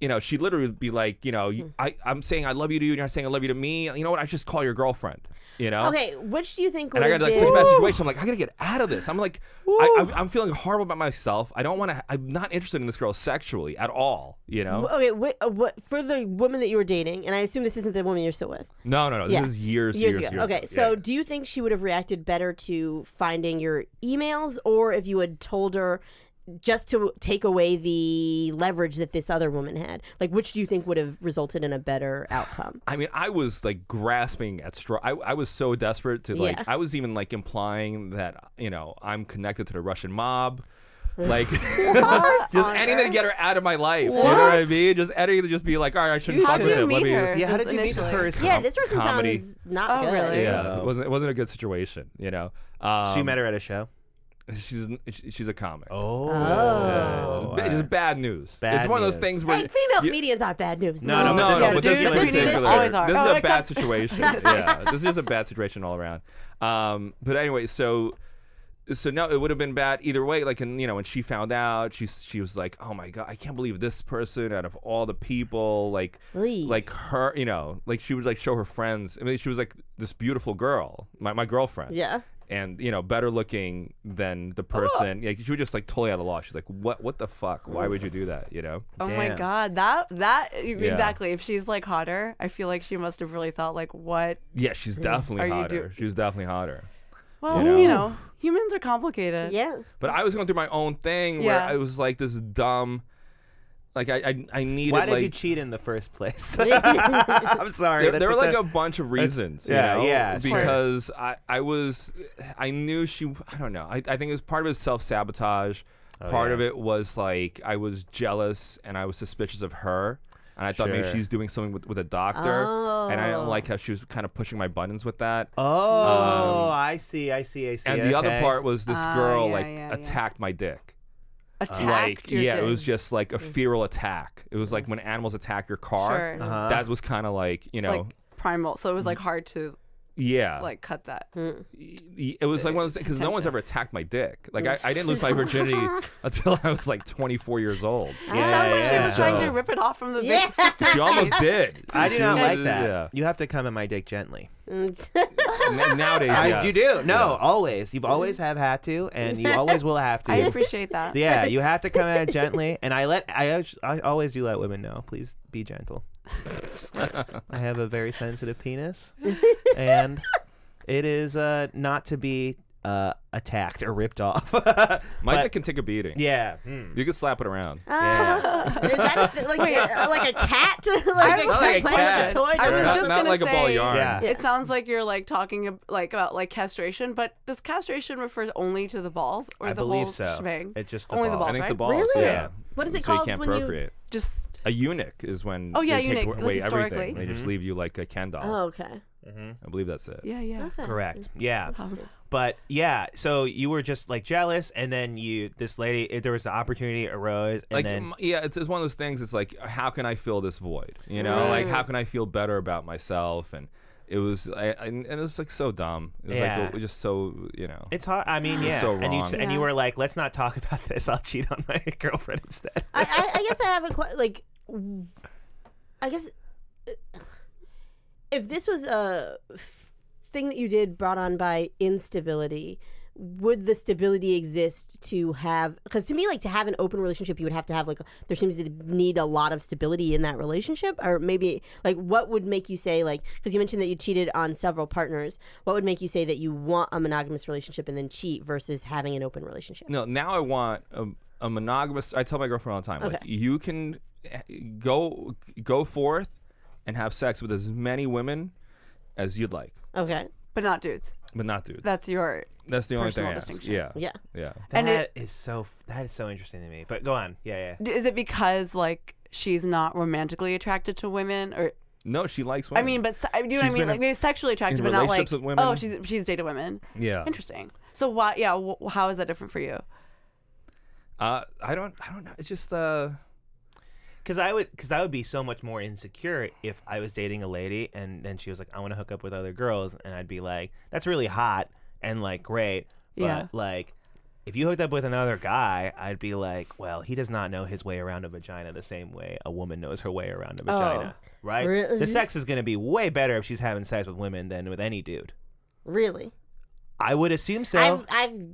Speaker 5: you know, she literally would be like, you know,
Speaker 6: Hmm.
Speaker 5: you- I I'm saying I love you to you, and you're saying I love you to me. You know what? I should just call your girlfriend. You know.
Speaker 4: Okay, which do you think would
Speaker 5: And I got
Speaker 4: have
Speaker 5: to like
Speaker 4: been?
Speaker 5: switch that situation. I'm like, I gotta get out of this. I'm like, I, I'm, I'm feeling horrible about myself. I don't want to. I'm not interested in this girl sexually at all. You know?
Speaker 4: Okay, what, uh, what for the woman that you were dating, and I assume this isn't the woman you're still with.
Speaker 5: No, no, no. This
Speaker 4: Yeah.
Speaker 5: is years,
Speaker 4: years, ago. okay,
Speaker 5: Yeah,
Speaker 4: so
Speaker 5: yeah.
Speaker 4: do you think she would have reacted better to finding your emails, or if you had told her just to take away the leverage that this other woman had? Like, which do you think would have resulted in a better outcome?
Speaker 5: I mean, I was like grasping at straw. I, I was so desperate to like.
Speaker 4: Yeah.
Speaker 5: I was even like implying that you know I'm connected to the Russian
Speaker 4: <laughs>
Speaker 5: mob. Like <laughs> just anything to get her out of my life. You know what I mean? Just anything to just be like, all right, I shouldn't
Speaker 7: How'd
Speaker 5: fuck
Speaker 7: you
Speaker 5: with him. Let
Speaker 7: meet
Speaker 5: me.
Speaker 7: her?
Speaker 6: Yeah, how
Speaker 7: This
Speaker 6: did you meet this
Speaker 7: initially.
Speaker 6: person?
Speaker 4: yeah, this person
Speaker 5: comedy.
Speaker 4: sounds not
Speaker 7: Oh,
Speaker 4: good.
Speaker 7: really?
Speaker 5: Yeah,
Speaker 6: Yeah.
Speaker 5: it wasn't it wasn't a good situation, you know. Um,
Speaker 6: So you met her at a show.
Speaker 5: She's she's a comic.
Speaker 6: Oh,
Speaker 5: Ba- Just Oh, bad news.
Speaker 6: Bad
Speaker 5: it's one of those
Speaker 6: news.
Speaker 5: things where
Speaker 4: Hey, female
Speaker 5: you-
Speaker 4: comedians aren't bad news.
Speaker 7: <laughs>
Speaker 6: No,
Speaker 5: no,
Speaker 6: no,
Speaker 5: no,
Speaker 6: this is-
Speaker 5: but
Speaker 6: dude,
Speaker 5: this is
Speaker 6: the
Speaker 5: in
Speaker 6: comedians
Speaker 5: particular.
Speaker 7: always are.
Speaker 5: This is
Speaker 7: Oh,
Speaker 5: a bad
Speaker 4: <laughs>
Speaker 7: except-
Speaker 5: situation. yeah, this is a bad situation all around. Um, but anyway, so so no, it would have been bad either way. Like, and you know, when she found out, she she was like, "Oh my god, I can't believe this person out of all the people, like
Speaker 4: Oy.
Speaker 5: like her, you know, like she would like show her friends. I mean, she was like this beautiful girl, my my girlfriend,
Speaker 4: Yeah.
Speaker 5: and you know, better looking than the
Speaker 7: Oh.
Speaker 5: person. Like, she was just like totally out of law. She's like, "What what the fuck? Why would you do that? You know."
Speaker 7: Oh my
Speaker 6: Damn.
Speaker 7: god, that that e, exactly. If she's like hotter, I feel like she must have really thought like, what?
Speaker 5: Yeah, she's definitely
Speaker 7: Are you do-
Speaker 5: hotter. she's definitely hotter.
Speaker 7: Well, you
Speaker 5: know.
Speaker 7: know, humans are complicated.
Speaker 4: Yeah.
Speaker 5: But I was going through my own thing where
Speaker 7: Yeah.
Speaker 5: I was like this dumb, like I I, I needed.
Speaker 6: Why did
Speaker 5: like,
Speaker 6: you cheat in the first place? I'm sorry.
Speaker 5: There,
Speaker 6: that's
Speaker 5: there were like
Speaker 6: such
Speaker 5: a bunch of reasons. you
Speaker 6: yeah,
Speaker 5: know,
Speaker 6: yeah, sure.
Speaker 5: Because I I was, I knew she. I don't know. I, I think it was part of it self sabotage. part
Speaker 6: Oh, yeah.
Speaker 5: of it was like I was jealous and I was suspicious of her. And I thought maybe
Speaker 6: Sure.
Speaker 5: she's doing something with, with a doctor, and I didn't like how she was kind of pushing my buttons with that.
Speaker 6: Oh, I see, I see, I see.
Speaker 5: Um, and the other
Speaker 6: okay.
Speaker 5: part was this
Speaker 7: Ah,
Speaker 5: girl
Speaker 7: yeah,
Speaker 5: like
Speaker 7: yeah, yeah.
Speaker 5: attacked my dick.
Speaker 7: Attacked
Speaker 5: like
Speaker 7: your
Speaker 5: yeah,
Speaker 7: dick.
Speaker 5: it was just like a feral attack. It was like when animals attack your car.
Speaker 7: Sure.
Speaker 6: Uh-huh.
Speaker 5: That was kind of like you know,
Speaker 7: like primal. So it was like hard to
Speaker 5: yeah,
Speaker 7: like cut that.
Speaker 4: Mm-hmm.
Speaker 5: Y- y- it was like one of because no one's ever attacked my dick. Like I, I didn't lose my virginity <laughs> until I was like 24 years
Speaker 4: <laughs>
Speaker 5: old.
Speaker 7: it sounds like she
Speaker 6: yeah.
Speaker 7: was trying to rip it off from the
Speaker 4: Yeah.
Speaker 7: base.
Speaker 5: She almost did.
Speaker 6: I do
Speaker 5: She
Speaker 6: not like
Speaker 5: was-
Speaker 6: that.
Speaker 5: Yeah.
Speaker 6: You have to come at my dick gently.
Speaker 5: N- nowadays,
Speaker 6: I,
Speaker 5: yes.
Speaker 6: you do. No,
Speaker 5: Yes.
Speaker 6: always. You've always have had to, and you always will <laughs> have to.
Speaker 7: I appreciate that.
Speaker 6: yeah, you have to come at it gently, and I let I, al- I always do let women know. Please be gentle. I have a very sensitive penis, and it is uh, not to be uh, attacked or ripped off. <laughs>
Speaker 5: My
Speaker 6: But-
Speaker 5: dick can take a beating.
Speaker 6: yeah, hmm,
Speaker 5: You can slap it around.
Speaker 6: yeah.
Speaker 4: Is that a th- like, a, like a cat? <laughs> like
Speaker 7: I
Speaker 4: a
Speaker 7: have
Speaker 5: Not like a
Speaker 4: cat playing
Speaker 5: cat.
Speaker 4: with a toy?
Speaker 7: I was
Speaker 5: not
Speaker 7: just
Speaker 5: not
Speaker 7: gonna
Speaker 5: like a ball of
Speaker 7: say-
Speaker 5: yarn.
Speaker 6: Yeah.
Speaker 7: It sounds like you're like talking ab- like about like castration, but does castration refer only to the balls or
Speaker 6: I
Speaker 7: the
Speaker 6: believe
Speaker 7: whole
Speaker 6: so.
Speaker 7: shebang?
Speaker 6: It's just the
Speaker 7: only the
Speaker 6: balls.
Speaker 7: balls,
Speaker 5: I think
Speaker 7: right?
Speaker 5: the balls.
Speaker 4: Really?
Speaker 5: Yeah.
Speaker 4: What is it
Speaker 5: so
Speaker 4: called
Speaker 5: you can't
Speaker 4: when you-
Speaker 5: procreate.
Speaker 7: Just
Speaker 5: A eunuch is when
Speaker 7: Oh, yeah,
Speaker 5: they take
Speaker 7: eunuch,
Speaker 5: away everything.
Speaker 7: like, historically.
Speaker 5: They
Speaker 6: Mm-hmm.
Speaker 5: just leave you like a Ken doll.
Speaker 4: Oh, okay.
Speaker 5: I believe that's it.
Speaker 7: yeah, yeah.
Speaker 6: <laughs> correct. Yeah, but yeah. So you were just like jealous, and then you this lady. If there was the opportunity arose, and
Speaker 5: Like
Speaker 6: then
Speaker 5: m- yeah, it's, it's one of those things. It's like how can I fill this void? You
Speaker 7: Mm.
Speaker 5: know, like how can I feel better about myself? And it was I, I- and it was like so dumb. It was
Speaker 6: Yeah.
Speaker 5: like just so you know.
Speaker 6: it's hard. I mean, yeah.
Speaker 5: so
Speaker 6: And you
Speaker 5: wrong.
Speaker 6: and you
Speaker 7: Yeah.
Speaker 6: were like, let's not talk <laughs> about this. I'll cheat on my <laughs> girlfriend instead.
Speaker 4: I, I, I guess I have a question. Like, w- I guess uh, if this was a f- thing that you did brought on by instability, would the stability exist to have? Because to me, like to have an open relationship, you would have to have like there seems to need a lot of stability in that relationship, or maybe like what would make you say like because you mentioned that you cheated on several partners, what would make you say that you want a monogamous relationship and then cheat versus having an open relationship?
Speaker 5: No, now I want a, a monogamous. I tell my girlfriend all the time, like you can eh, go go forth and have sex with as many women as you'd like,
Speaker 4: Okay,
Speaker 7: But not dudes.
Speaker 5: but not dudes.
Speaker 7: That's your
Speaker 5: That's the only thing.
Speaker 7: personal
Speaker 5: I ask.
Speaker 7: distinction.
Speaker 5: Yeah.
Speaker 4: Yeah.
Speaker 5: Yeah.
Speaker 6: That
Speaker 7: And
Speaker 6: is
Speaker 7: it-
Speaker 6: so f- that is so interesting to me. But go on. Yeah, yeah.
Speaker 7: D- Is it because like she's not romantically attracted to women, or
Speaker 5: No, she likes
Speaker 7: I
Speaker 5: women.
Speaker 7: mean, but se- do you know
Speaker 5: She's
Speaker 7: what I
Speaker 5: been
Speaker 7: mean?
Speaker 5: a-
Speaker 7: Like maybe sexually attracted,
Speaker 5: in
Speaker 7: but not like
Speaker 5: relationships with women.
Speaker 7: oh, she's she's dated women.
Speaker 5: Yeah.
Speaker 7: Interesting. So why? Yeah, wh- how is that different for you?
Speaker 5: Uh, I don't. I don't know. It's just
Speaker 7: <laughs>
Speaker 5: uh. <laughs>
Speaker 6: Because I would, because I would be so much more insecure if I was dating a lady and then she was like, "I want to hook up with other girls," and I'd be like, "That's really hot and like great," But
Speaker 7: Yeah.
Speaker 6: like, if you hooked up with another guy, I'd be like, well, he does not know his way around a vagina the same way a woman knows her way around a vagina. Right?
Speaker 4: Oh. Really?
Speaker 6: The sex is going to be way better if she's having sex with women than with any dude.
Speaker 4: Really?
Speaker 6: I would assume so.
Speaker 4: I've I've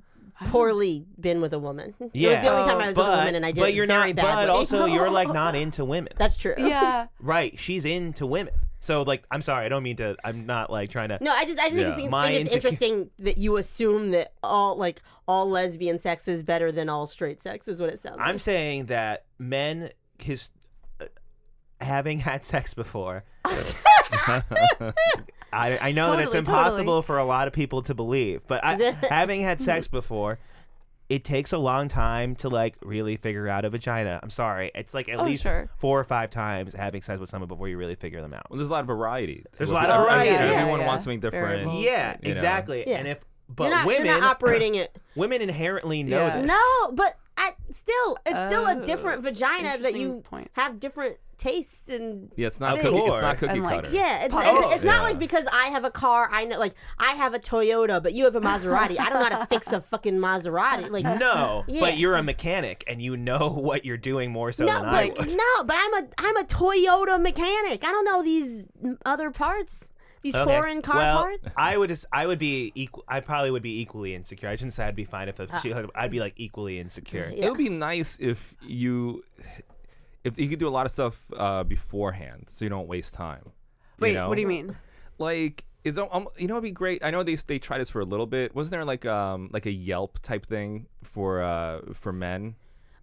Speaker 4: poorly been with a woman. It
Speaker 6: Yeah.
Speaker 4: was the only time I was
Speaker 6: but,
Speaker 4: with a woman, and I did
Speaker 6: but
Speaker 4: it
Speaker 6: you're
Speaker 4: very
Speaker 6: not.
Speaker 4: badly.
Speaker 6: But also, you're like not into women.
Speaker 4: <laughs> that's true.
Speaker 7: Yeah.
Speaker 6: right. She's into women. So like, I'm sorry. I don't mean to. I'm not like trying to.
Speaker 4: No, I just I just
Speaker 6: Yeah.
Speaker 4: think,
Speaker 6: My
Speaker 4: it's, think it's
Speaker 6: insec-
Speaker 4: interesting that you assume that all like all lesbian sex is better than all straight sex is what it sounds.
Speaker 6: I'm
Speaker 4: like.
Speaker 6: saying that men his uh, having <laughs> had sex before. I, I know that it's
Speaker 7: Totally, totally.
Speaker 6: impossible for a lot of people to believe, but I,
Speaker 4: <laughs>
Speaker 6: having had sex before, it takes a long time to like really figure out a vagina. I'm sorry, it's like at
Speaker 7: Oh,
Speaker 6: least
Speaker 7: sure.
Speaker 6: four or five times having sex with someone before you really figure them out.
Speaker 5: Well, there's a lot of variety. to
Speaker 6: There's a
Speaker 5: what
Speaker 6: lot of
Speaker 5: people-
Speaker 6: variety.
Speaker 5: Everyone,
Speaker 6: Yeah,
Speaker 5: everyone
Speaker 7: yeah.
Speaker 5: wants something different.
Speaker 7: Variables.
Speaker 6: Yeah,
Speaker 5: Oh, You know.
Speaker 6: exactly.
Speaker 4: Yeah.
Speaker 6: And if but
Speaker 4: you're not,
Speaker 6: women
Speaker 4: you're not operating it.
Speaker 6: <clears throat> women inherently know
Speaker 7: Yeah.
Speaker 6: this.
Speaker 4: No, but I, still, it's still a
Speaker 7: Oh,
Speaker 4: different vagina that
Speaker 7: interesting
Speaker 4: you
Speaker 7: point.
Speaker 4: have different tastes and
Speaker 5: Yeah, it's not
Speaker 6: Of
Speaker 5: cookie. It's
Speaker 6: course.
Speaker 5: not cookie
Speaker 7: And, like,
Speaker 5: cutter.
Speaker 4: Yeah, it's,
Speaker 7: Puzzles.
Speaker 6: oh,
Speaker 4: it's, it's not
Speaker 5: Yeah.
Speaker 4: like because I have a car, I know, like I have a Toyota, but you have a Maserati. I don't know how to fix a fucking Maserati. Like
Speaker 6: <laughs>
Speaker 4: <laughs>
Speaker 6: No,
Speaker 4: Yeah.
Speaker 6: but you're a mechanic and you know <laughs> what you're doing more so
Speaker 4: no,
Speaker 6: than I
Speaker 4: but
Speaker 6: would.
Speaker 4: no, but I'm a I'm a Toyota mechanic. I don't know these m- other parts, these
Speaker 6: Okay.
Speaker 4: foreign car
Speaker 6: well,
Speaker 4: parts.
Speaker 6: I would just, I would be equal. I probably would be equally insecure. I shouldn't say I'd be fine if
Speaker 4: Uh.
Speaker 6: a she hooked up. I'd be like equally insecure.
Speaker 5: It would be nice if you, if you could do a lot of stuff uh, beforehand, so you don't waste time.
Speaker 7: <laughs> Wait,
Speaker 5: know?
Speaker 7: what do you mean?
Speaker 5: Like, it's al- um, you know, it'd be great. I know they they tried this for a little bit. Wasn't there like um like a Yelp type thing for uh for men?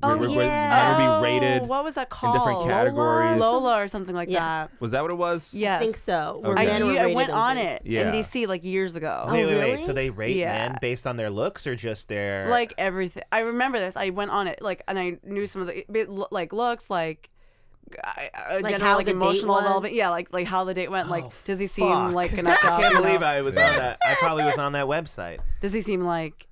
Speaker 4: Oh,
Speaker 5: men
Speaker 4: yeah.
Speaker 5: would
Speaker 4: Oh,
Speaker 5: be rated.
Speaker 7: Oh, what was that
Speaker 5: in
Speaker 7: called?
Speaker 5: different categories.
Speaker 7: Oh. Lola or something like
Speaker 4: Yeah.
Speaker 7: that.
Speaker 5: Was that what it was?
Speaker 7: Yes.
Speaker 4: I think so. where
Speaker 5: Okay.
Speaker 7: I,
Speaker 4: men were
Speaker 7: you- I
Speaker 4: rated
Speaker 7: went on
Speaker 4: things.
Speaker 7: it
Speaker 5: Yeah.
Speaker 7: in DC like years ago.
Speaker 6: Wait,
Speaker 4: Oh,
Speaker 6: wait, wait.
Speaker 4: really?
Speaker 6: So they rate
Speaker 7: Yeah.
Speaker 6: men based on their looks or just their
Speaker 7: like everything. I remember this. I went on it like, and I knew some of the it lo- like looks like. I, I-
Speaker 4: Like
Speaker 7: general,
Speaker 4: how
Speaker 7: like
Speaker 4: the date
Speaker 7: emotional
Speaker 4: was?
Speaker 7: relevant. Yeah, like like how the date went. Like, does he seem
Speaker 6: Oh, Fuck.
Speaker 7: like
Speaker 6: <laughs>
Speaker 7: an
Speaker 6: I
Speaker 7: adult,
Speaker 6: can't
Speaker 7: you know?
Speaker 6: believe I was on that. I probably was on that website.
Speaker 7: Does he
Speaker 4: <laughs>
Speaker 7: seem like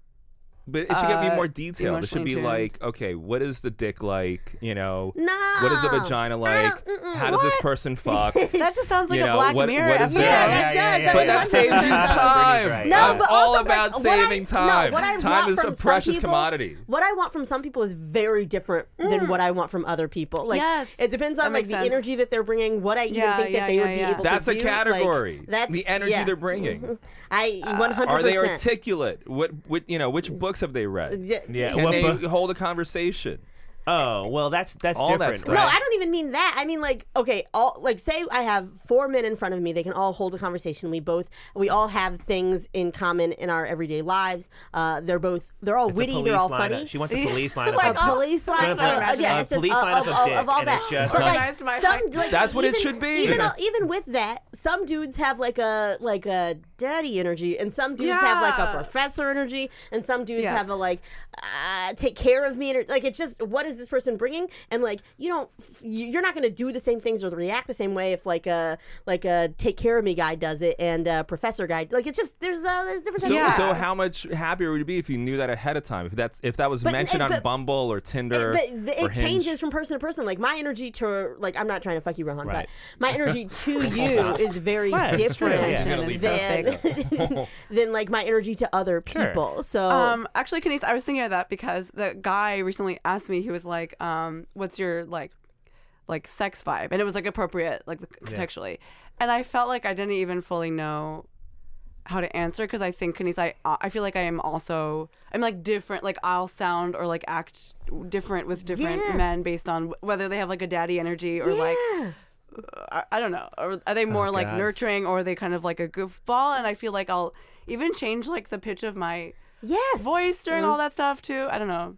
Speaker 5: But it should get be
Speaker 7: Uh,
Speaker 5: more detailed. It should
Speaker 7: emotionally
Speaker 5: be
Speaker 7: tuned.
Speaker 5: like, okay, what is the dick like? You know,
Speaker 4: No.
Speaker 5: what is the vagina like?
Speaker 4: mm-mm.
Speaker 5: How does this
Speaker 4: <laughs>
Speaker 5: person fuck?
Speaker 7: that? Just sounds like
Speaker 5: You
Speaker 7: a
Speaker 5: know,
Speaker 7: Black
Speaker 5: what-
Speaker 7: Mirror
Speaker 5: what is
Speaker 7: episode.
Speaker 5: that?
Speaker 4: Yeah,
Speaker 5: Yeah,
Speaker 4: that
Speaker 6: yeah,
Speaker 4: does.
Speaker 6: yeah,
Speaker 5: but
Speaker 6: yeah.
Speaker 5: that saves you
Speaker 6: Brittany's
Speaker 5: time.
Speaker 6: right.
Speaker 4: No,
Speaker 5: I'm
Speaker 4: but
Speaker 5: all
Speaker 4: also,
Speaker 5: about
Speaker 4: like, what I-
Speaker 5: saving time.
Speaker 4: No, what I
Speaker 5: time
Speaker 4: want
Speaker 5: is
Speaker 4: from
Speaker 5: a
Speaker 4: some
Speaker 5: precious
Speaker 4: people-
Speaker 5: commodity.
Speaker 4: What I want from some people is very different than what I want from other people. Like,
Speaker 7: Mm. Yes.
Speaker 4: it depends
Speaker 7: That
Speaker 4: on like
Speaker 7: makes
Speaker 4: the
Speaker 7: sense.
Speaker 4: energy that they're bringing. What I even
Speaker 7: Yeah,
Speaker 4: think
Speaker 7: yeah,
Speaker 4: that they
Speaker 7: yeah,
Speaker 4: would be
Speaker 7: yeah.
Speaker 4: able
Speaker 5: That's
Speaker 4: to
Speaker 5: a
Speaker 4: do.
Speaker 5: category.
Speaker 4: Like, that's
Speaker 5: the energy
Speaker 4: yeah.
Speaker 5: they're
Speaker 4: <laughs>
Speaker 5: bringing. Uh,
Speaker 4: I 100.
Speaker 5: Are they articulate? What, what you know? Which books have they read?
Speaker 6: Yeah.
Speaker 5: Can
Speaker 6: what
Speaker 5: they
Speaker 6: book-
Speaker 5: hold a conversation?
Speaker 6: oh, well, that's that's
Speaker 5: All that
Speaker 6: different,
Speaker 5: stuff.
Speaker 4: No,
Speaker 6: right?
Speaker 4: I don't even mean that. I mean like okay, all like say I have four men in front of me. They can all hold a conversation. We both we all have things in common in our everyday lives. Uh, they're both they're all
Speaker 6: It's a
Speaker 4: witty.
Speaker 6: police
Speaker 4: They're all
Speaker 6: lineup.
Speaker 4: funny.
Speaker 6: She <laughs> wants oh, a police lineup.
Speaker 4: like
Speaker 6: of-
Speaker 4: a police
Speaker 6: She
Speaker 4: lineup.
Speaker 6: wants a-
Speaker 4: of- yeah, it's
Speaker 6: a
Speaker 4: just
Speaker 6: police
Speaker 4: of-
Speaker 6: lineup
Speaker 4: of,
Speaker 6: of, dick,
Speaker 4: of oh, all
Speaker 6: and
Speaker 4: that.
Speaker 6: it's just
Speaker 4: but
Speaker 6: like,
Speaker 7: Organized my
Speaker 4: like some,
Speaker 7: height.
Speaker 4: like,
Speaker 5: That's what it
Speaker 4: even-
Speaker 5: should be.
Speaker 4: Even uh,
Speaker 5: Yeah.
Speaker 4: even with that, some dudes have like a like a daddy energy, and some dudes have like
Speaker 7: Yeah.
Speaker 4: a professor energy, and some dudes
Speaker 7: Yes.
Speaker 4: have a like uh, take care of me. ener- Like it's just what is this person bringing? And like you don't you- you're not going to do the same things or react the same way if like a like a take care of me guy does it and a professor guy like it's just there's uh, there's different
Speaker 5: So,
Speaker 4: types of-
Speaker 5: so how much happier would you be if you knew that ahead of time? If that's if that was
Speaker 4: But-
Speaker 5: mentioned on
Speaker 4: but-
Speaker 5: Bumble or Tinder,
Speaker 4: It, but th-
Speaker 5: or
Speaker 4: it
Speaker 5: Hinge?
Speaker 4: changes from person to person. Like my energy to like I'm not trying to fuck you, Rohan,
Speaker 6: Right.
Speaker 4: but
Speaker 6: <laughs>
Speaker 4: my energy to you is very
Speaker 6: Right, it's true,
Speaker 4: different
Speaker 6: yeah.
Speaker 7: Attention is
Speaker 4: than <laughs> than like my energy to other people. So
Speaker 7: Um, actually, Kenise, I was thinking of that because the guy recently asked me. He was like, um, "What's your like, like sex vibe?" And it was like appropriate, like contextually. And I felt like I didn't even fully know how to answer because I think Kenise, I uh, I feel like I am also I'm like different. Like I'll sound or like act different with different
Speaker 4: Yeah.
Speaker 7: men based on wh- whether they have like a daddy energy or like. uh, I, I don't know. Are, are they more like
Speaker 6: God.
Speaker 7: nurturing or are they kind of like a goofball? And I feel like I'll even change like the pitch of my
Speaker 4: yes,
Speaker 7: voice during all
Speaker 4: Mm.
Speaker 7: that stuff too. I don't know.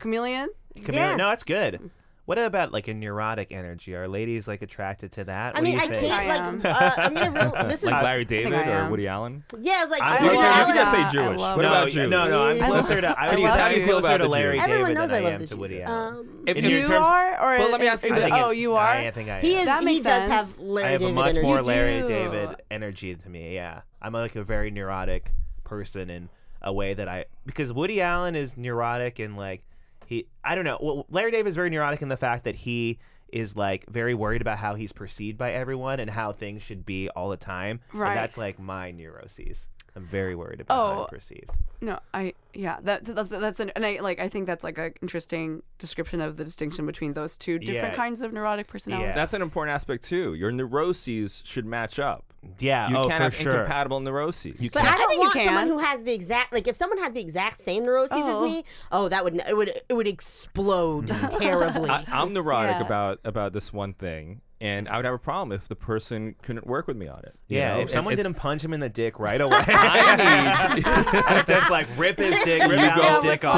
Speaker 7: Chameleon.
Speaker 6: Chameleon-
Speaker 4: Yeah.
Speaker 6: No, that's good. What about like a neurotic energy? Are ladies like attracted to that?
Speaker 4: I
Speaker 6: What do
Speaker 4: mean,
Speaker 6: you
Speaker 4: I
Speaker 6: think?
Speaker 7: I
Speaker 4: can't
Speaker 7: am.
Speaker 4: like uh, I'm
Speaker 6: <laughs>
Speaker 4: gonna real. This is
Speaker 5: like Larry
Speaker 7: I
Speaker 5: David or
Speaker 7: am.
Speaker 5: Woody Allen.
Speaker 4: yeah. It's like
Speaker 6: I'm-
Speaker 5: You
Speaker 6: Woody
Speaker 4: Woody
Speaker 5: can say- you can
Speaker 4: Allen.
Speaker 5: say
Speaker 7: I
Speaker 5: Jewish.
Speaker 7: love
Speaker 5: What
Speaker 6: no,
Speaker 5: about
Speaker 6: yeah,
Speaker 5: Jews?
Speaker 6: No, no, I'm
Speaker 7: I love-
Speaker 6: closer to. I
Speaker 5: Can
Speaker 6: was
Speaker 5: you- how do you
Speaker 6: actually
Speaker 5: feel
Speaker 6: closer
Speaker 5: about
Speaker 6: to
Speaker 5: the
Speaker 6: Larry
Speaker 5: Jews?
Speaker 6: David
Speaker 4: Everyone knows I
Speaker 6: than I
Speaker 4: love
Speaker 6: am
Speaker 4: the
Speaker 6: to
Speaker 4: Jews.
Speaker 6: Woody Allen.
Speaker 4: Um,
Speaker 5: If,
Speaker 6: In
Speaker 5: if
Speaker 6: your
Speaker 7: you
Speaker 6: terms-
Speaker 7: are, or
Speaker 5: Well, let me ask you
Speaker 6: I think
Speaker 5: this.
Speaker 7: Oh,
Speaker 6: it-
Speaker 7: you
Speaker 6: no,
Speaker 7: are.
Speaker 6: I think I am.
Speaker 4: he is.
Speaker 7: That
Speaker 4: he
Speaker 7: makes
Speaker 4: does
Speaker 7: sense.
Speaker 4: have Larry
Speaker 6: I have a
Speaker 4: David
Speaker 6: much
Speaker 4: energy.
Speaker 6: more
Speaker 7: You
Speaker 6: Larry
Speaker 7: do.
Speaker 6: David energy to me. Yeah, I'm like a very neurotic person in a way that I because Woody Allen is neurotic and like he I don't know. Well, Larry David is very neurotic in the fact that he is like very worried about how he's perceived by everyone and how things should be all the time. And
Speaker 7: Right.
Speaker 6: that's like my neuroses. I'm very worried about how
Speaker 7: Oh.
Speaker 6: I'm perceived.
Speaker 7: No, I yeah that, that's that's an and I like I think that's like an interesting description of the distinction between those two different
Speaker 6: Yeah.
Speaker 7: kinds of neurotic personalities.
Speaker 6: Yeah.
Speaker 5: That's an important aspect too. Your neuroses should match up.
Speaker 6: Yeah,
Speaker 5: You
Speaker 6: oh,
Speaker 5: can't
Speaker 6: for
Speaker 5: have
Speaker 6: sure.
Speaker 5: incompatible neuroses.
Speaker 7: <laughs>
Speaker 4: But I don't
Speaker 7: think you
Speaker 4: want someone
Speaker 7: can.
Speaker 4: who has the exact like if someone had the exact same neuroses as
Speaker 7: Oh.
Speaker 4: me, oh that would it would it
Speaker 6: <laughs>
Speaker 4: would explode terribly.
Speaker 5: I, I'm neurotic
Speaker 7: Yeah.
Speaker 5: about about this one thing, and I would have a problem if the person couldn't work with me on it. you
Speaker 6: Yeah,
Speaker 5: know?
Speaker 6: if someone
Speaker 5: It- it's- <laughs>
Speaker 6: didn't punch him in the dick right away, <laughs>
Speaker 5: I need
Speaker 6: I'd just like rip his dick, rip
Speaker 5: you
Speaker 6: out
Speaker 5: go
Speaker 6: his dick
Speaker 5: full-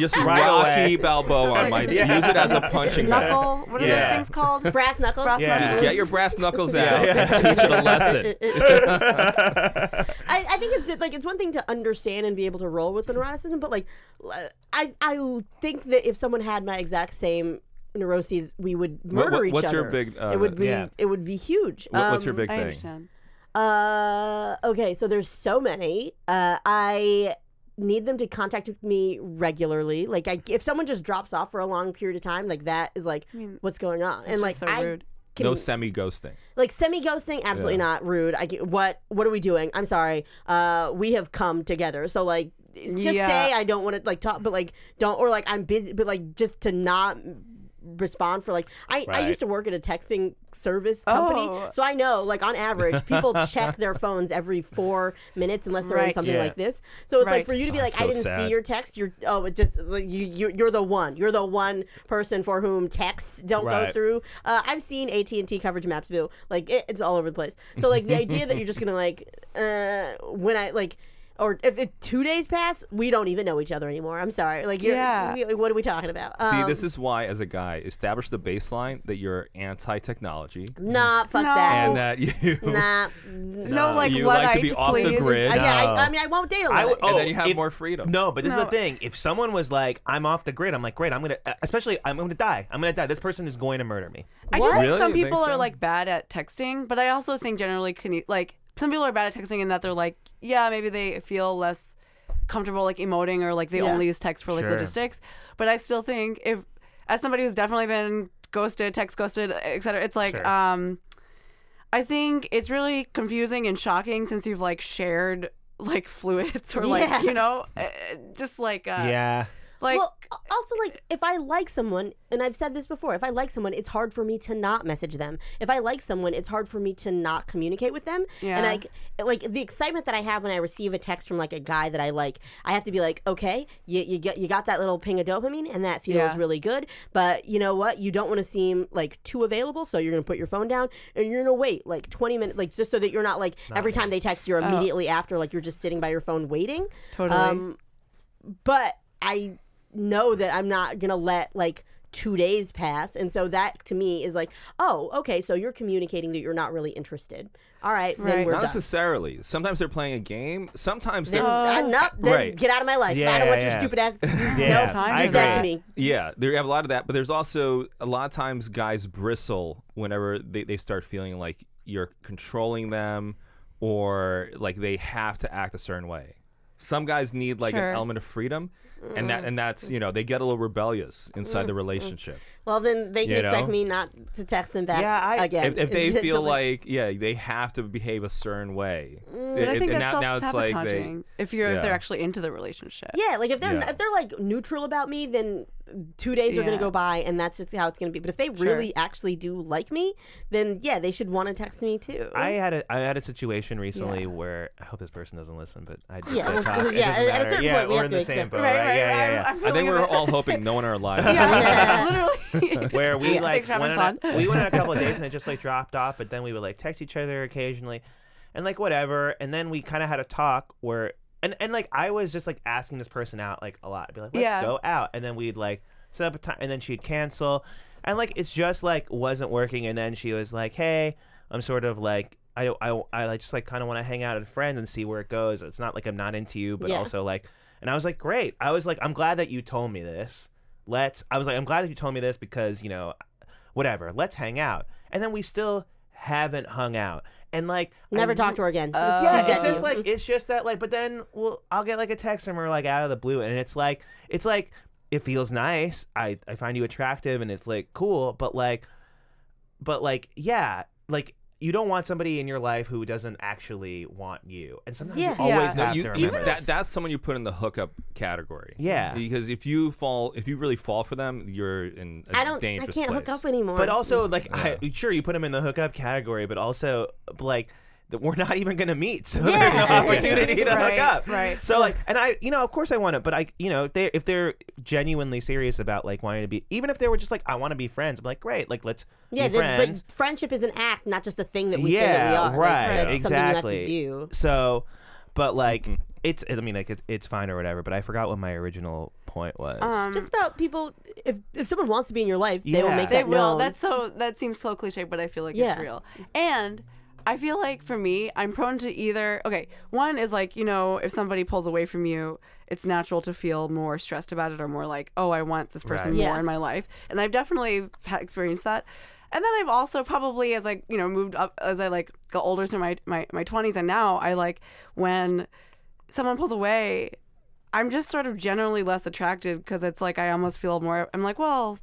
Speaker 5: <laughs> just
Speaker 6: Right
Speaker 5: Rocky
Speaker 6: away.
Speaker 5: Balboa on my
Speaker 6: <laughs> Yeah.
Speaker 5: use it as a punching bag.
Speaker 7: Knuckle, what are
Speaker 6: Yeah.
Speaker 7: those things called?
Speaker 4: brass knuckles.
Speaker 7: Brass
Speaker 6: Yeah. knuckles.
Speaker 5: Get your brass knuckles
Speaker 6: Yeah.
Speaker 5: out
Speaker 6: Yeah.
Speaker 5: and teach it
Speaker 6: <laughs>
Speaker 5: a lesson.
Speaker 4: <laughs> I, I think it's like it's one thing to understand and be able to roll with the neuroticism, but like l- I I think that if someone had my exact same neuroses, we would
Speaker 5: what-
Speaker 4: murder each
Speaker 5: what's
Speaker 4: other.
Speaker 5: your big, uh,
Speaker 4: it would be
Speaker 6: yeah.
Speaker 4: it would be huge.
Speaker 5: What- what's your
Speaker 4: Um,
Speaker 5: big
Speaker 7: I
Speaker 5: thing?
Speaker 7: understand.
Speaker 4: Uh, okay, so there's so many. Uh, I need them to contact me regularly. Like, I, if someone just drops off for a long period of time, like that is like,
Speaker 7: mean,
Speaker 4: what's going on?
Speaker 7: It's
Speaker 4: And like,
Speaker 7: Mm. just so
Speaker 4: I
Speaker 7: rude.
Speaker 4: can
Speaker 5: no semi ghosting.
Speaker 4: like semi ghosting, absolutely not rude. I get, what what are we doing? I'm sorry. Uh, we have come together, so like. Just
Speaker 7: Yeah.
Speaker 4: say I don't want to like talk, but like don't or like I'm busy, but like just to not respond for like I, I
Speaker 6: Right.
Speaker 4: used to work at a texting service company,
Speaker 7: Oh.
Speaker 4: so I know like on average people check their phones every four minutes unless they're in
Speaker 7: Right.
Speaker 4: something
Speaker 6: Yeah.
Speaker 4: like this. So it's like
Speaker 7: Right.
Speaker 4: for you to be like I
Speaker 5: so
Speaker 4: didn't see
Speaker 5: sad.
Speaker 4: your text, you're oh it just like, you you you're the one, you're the one person for whom texts don't go
Speaker 6: Right.
Speaker 4: through through. Uh, I've seen AT and T coverage maps boo. Like it, it's all over the place. So like the idea that you're just gonna like uh, when I like. Or if it, two days pass, we don't even know each other anymore. I'm sorry. Like, you're,
Speaker 7: Yeah.
Speaker 4: yeah. what are we talking about?
Speaker 7: Um,
Speaker 4: Um,
Speaker 5: See, this is why, as a guy, establish the baseline that you're anti technology
Speaker 4: nah, fuck
Speaker 7: No.
Speaker 5: and uh,
Speaker 4: that.
Speaker 5: that <laughs> you
Speaker 4: Nah.
Speaker 7: No, like
Speaker 5: you
Speaker 7: what
Speaker 5: like
Speaker 7: I
Speaker 5: to be off the
Speaker 7: please.
Speaker 5: grid.
Speaker 4: Uh, yeah,
Speaker 6: No.
Speaker 4: I, I mean, I won't date a
Speaker 6: I
Speaker 4: lot.
Speaker 6: would-
Speaker 5: And then
Speaker 6: oh,
Speaker 5: you have
Speaker 6: if-
Speaker 5: more freedom.
Speaker 6: No, but this is
Speaker 7: No.
Speaker 6: the thing. If someone was like, "I'm off the grid," I'm like, "Great, I'm gonna." uh, Especially, I'm gonna die. I'm gonna die. This person is going to murder me.
Speaker 7: I do think
Speaker 5: Really?
Speaker 7: some
Speaker 5: You think
Speaker 7: people are
Speaker 5: so?
Speaker 7: like bad at texting, but I also think generally can like some people are bad at texting in that they're like, yeah, maybe they feel less comfortable like emoting or like they
Speaker 4: Yeah.
Speaker 7: only use text for like
Speaker 6: Sure.
Speaker 7: logistics. But I still think if as somebody who's definitely been ghosted, text ghosted, et cetera, it's like
Speaker 6: Sure.
Speaker 7: um I think it's really confusing and shocking since you've like shared like <laughs> fluids or like
Speaker 4: Yeah.
Speaker 7: you know uh, just like uh
Speaker 6: yeah.
Speaker 7: like
Speaker 4: well, al- also like if I like someone, and I've said this before, if I like someone, it's hard for me to not message them. If I like someone, it's hard for me to not communicate with them. And
Speaker 7: Yeah.
Speaker 4: I like the excitement that I have when I receive a text from like a guy that I like. I have to be like, okay, you you get you got that little ping of dopamine, and that feels
Speaker 7: Yeah.
Speaker 4: really good. But you know what? You don't want to seem like too available, so you're gonna put your phone down and you're gonna wait like 20 minutes, like just so that you're not like every time they text,
Speaker 7: Oh.
Speaker 4: you're immediately after, like you're just sitting by your phone waiting
Speaker 7: totally
Speaker 4: um, but I know that I'm not gonna let like two days pass, and so that to me is like, oh, okay, so you're communicating that you're not really interested. All right, then
Speaker 7: Right.
Speaker 4: we're
Speaker 5: Not
Speaker 4: done.
Speaker 5: necessarily. Sometimes they're playing a game. Sometimes
Speaker 4: Then
Speaker 5: they're
Speaker 4: I'm not. Then
Speaker 5: Oh. right.
Speaker 4: get out of my life. I
Speaker 6: Yeah,
Speaker 4: don't want your
Speaker 6: yeah.
Speaker 5: <laughs>
Speaker 4: stupid ass.
Speaker 6: Yeah,
Speaker 4: no,
Speaker 7: I
Speaker 4: you're dead
Speaker 7: agree.
Speaker 4: to me.
Speaker 5: Yeah, there you have a lot of that, but there's also a lot of times guys bristle whenever they, they start feeling like you're controlling them or like they have to act a certain way. Some guys need like
Speaker 7: Sure. Mm.
Speaker 5: an element of freedom and that and that's you know, they get a little rebellious inside the relationship.
Speaker 4: Well, then they can
Speaker 5: You
Speaker 4: expect
Speaker 5: know?
Speaker 4: me not to text them back
Speaker 6: Yeah, I-
Speaker 4: again.
Speaker 5: If, if
Speaker 4: <laughs>
Speaker 5: they
Speaker 4: Until
Speaker 5: feel like yeah, they have to behave a certain way.
Speaker 7: Mm, but I
Speaker 5: It-
Speaker 7: think
Speaker 5: and
Speaker 7: that's
Speaker 5: now- now
Speaker 7: self
Speaker 5: it's like they-
Speaker 7: sabotaging if you're if they're
Speaker 5: Yeah.
Speaker 7: actually into the relationship.
Speaker 4: Yeah, like if they're
Speaker 5: Yeah.
Speaker 4: if they're like neutral about me, then two days are gonna
Speaker 7: Yeah.
Speaker 4: go by, and that's just how it's gonna be. But if they really actually do like me, then yeah, they should want to text me too.
Speaker 6: I had a I had a situation recently
Speaker 7: Yeah.
Speaker 6: where I hope this person doesn't listen, but I just
Speaker 4: Yeah,
Speaker 6: gotta
Speaker 4: <laughs> we'll-
Speaker 6: talk. It
Speaker 4: yeah,
Speaker 6: doesn't
Speaker 4: at a
Speaker 6: matter.
Speaker 4: certain
Speaker 6: yeah,
Speaker 4: point we
Speaker 6: we're
Speaker 4: have
Speaker 6: in
Speaker 4: to
Speaker 6: the same
Speaker 4: accept-
Speaker 6: boat,
Speaker 7: Right,
Speaker 6: right?
Speaker 7: right.
Speaker 6: Yeah, yeah,
Speaker 7: I'm-
Speaker 6: yeah.
Speaker 7: I'm
Speaker 5: I think
Speaker 7: feeling a
Speaker 5: we're
Speaker 7: <laughs> bit-
Speaker 5: all hoping no one in our lives.
Speaker 7: <laughs> Yeah,
Speaker 5: <laughs>
Speaker 7: <laughs> literally.
Speaker 6: where we like
Speaker 7: Thanks for having
Speaker 6: went
Speaker 7: us
Speaker 6: on, a,
Speaker 7: on.
Speaker 6: we went on a couple of dates
Speaker 7: <laughs>
Speaker 6: and it just like dropped off but then we would like text each other occasionally and like whatever and then we kind of had a talk where and and like i was just like asking this person out like a lot I'd be like let's
Speaker 7: Yeah.
Speaker 6: go out and then we'd like set up a time and then she'd cancel and like it's just like wasn't working and then she was like hey i'm sort of like i i, I like, just like kind of want to hang out with friends and see where it goes it's not like i'm not into you but
Speaker 4: Yeah.
Speaker 6: also like and i was like great i was like i'm glad that you told me this let's i was like i'm glad that you told me this because you know whatever let's hang out and then we still haven't hung out and like I
Speaker 4: Never talk
Speaker 6: re-
Speaker 4: to her again. She's
Speaker 6: yeah
Speaker 4: dead
Speaker 6: it's
Speaker 4: to
Speaker 6: just
Speaker 4: you.
Speaker 6: like it's just that like but then well i'll get like a text from her like out of the blue and it's like it's like it feels nice i i find you attractive and it's like cool but like but like yeah like you don't want somebody in your life who doesn't actually want you, and sometimes
Speaker 4: Yeah.
Speaker 6: you always
Speaker 5: No,
Speaker 6: have
Speaker 5: you,
Speaker 6: to
Speaker 5: even
Speaker 6: remember that.
Speaker 5: that, that's someone you put in the hookup category.
Speaker 6: Yeah.
Speaker 5: Because if you fall, if you really fall for them, you're in a
Speaker 4: I don't. I
Speaker 5: dangerous
Speaker 4: can't
Speaker 5: place.
Speaker 4: hook up anymore.
Speaker 6: But also, like, I, sure, you put him in the hookup category, but also, like, that we're not even gonna meet, so there's no
Speaker 4: Yeah.
Speaker 7: <laughs>
Speaker 6: opportunity to
Speaker 7: Right,
Speaker 6: hook up.
Speaker 7: right.
Speaker 6: So like, and I, you know, of course I want it, but I, you know, they if they're genuinely serious about like wanting to be, even if they were just like, I want to be friends, I'm like, great, like let's
Speaker 4: yeah,
Speaker 6: be
Speaker 4: then-
Speaker 6: friends.
Speaker 4: but friendship is an act, not just a thing that we
Speaker 6: yeah,
Speaker 4: say that we are. Like,
Speaker 6: right,
Speaker 4: that's
Speaker 6: exactly.
Speaker 4: Something you have to do.
Speaker 6: So, but like,
Speaker 7: Mm-hmm.
Speaker 6: it's, I mean, like, it, it's fine or whatever. But I forgot what my original point was.
Speaker 7: Um,
Speaker 4: just about people. If if someone wants to be in your life, they will
Speaker 6: Yeah.
Speaker 4: make
Speaker 7: They
Speaker 4: that
Speaker 7: will.
Speaker 4: known.
Speaker 7: That's so. That seems so cliche, but I feel like it's
Speaker 4: Yeah.
Speaker 7: real. And I feel like for me, I'm prone to either. Okay, one is like you know, if somebody pulls away from you, it's natural to feel more stressed about it or more like, oh, I want this person
Speaker 6: Right.
Speaker 7: more
Speaker 4: Yeah.
Speaker 7: in my life. And I've definitely had experienced that. And then I've also probably as I you know moved up as I like got older through my my my twenties and now I like when someone pulls away. I'm just sort of generally less attracted because it's like I almost feel more. I'm like, well,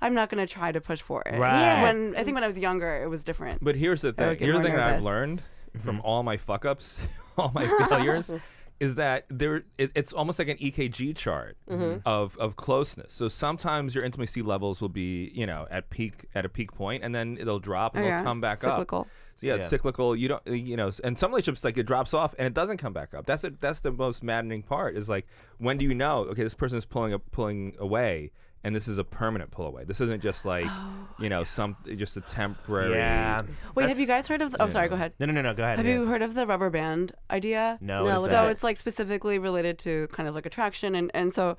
Speaker 7: I'm not gonna try to push for it.
Speaker 6: Right. Yeah.
Speaker 7: When I think when I was younger, it was different.
Speaker 5: <laughs> But here's the thing.
Speaker 7: would get
Speaker 5: Here's the
Speaker 7: more
Speaker 5: thing that I've
Speaker 7: nervous.
Speaker 5: learned from all my fuck ups, <laughs> all
Speaker 7: <laughs>
Speaker 5: my failures, is that there it, it's almost like an EKG chart
Speaker 7: Mm-hmm.
Speaker 5: of of closeness. So sometimes your intimacy levels will be you know at peak at a peak point, and then it'll drop and
Speaker 7: Oh,
Speaker 5: it'll
Speaker 7: yeah.
Speaker 5: come back
Speaker 7: Cyclical.
Speaker 5: up. So yeah, it's
Speaker 6: Yeah.
Speaker 5: cyclical. You don't, you know, s- and some relationships like it drops off and it doesn't come back up. That's it. That's the most maddening part. Is like when do you know? Okay, this person is pulling up, pulling away, and this is a permanent pull away. This isn't just like,
Speaker 7: Oh,
Speaker 5: you know, some just a temporary.
Speaker 6: yeah.
Speaker 7: Wait, have you guys heard of? The, oh, sorry. Go ahead.
Speaker 6: No, no, no, no. Go ahead.
Speaker 7: Have
Speaker 6: yeah.
Speaker 7: you heard of the rubber band idea?
Speaker 6: No.
Speaker 4: No,
Speaker 6: what
Speaker 4: what
Speaker 6: is
Speaker 4: is
Speaker 6: that?
Speaker 7: So it's like specifically related to kind of like attraction and and so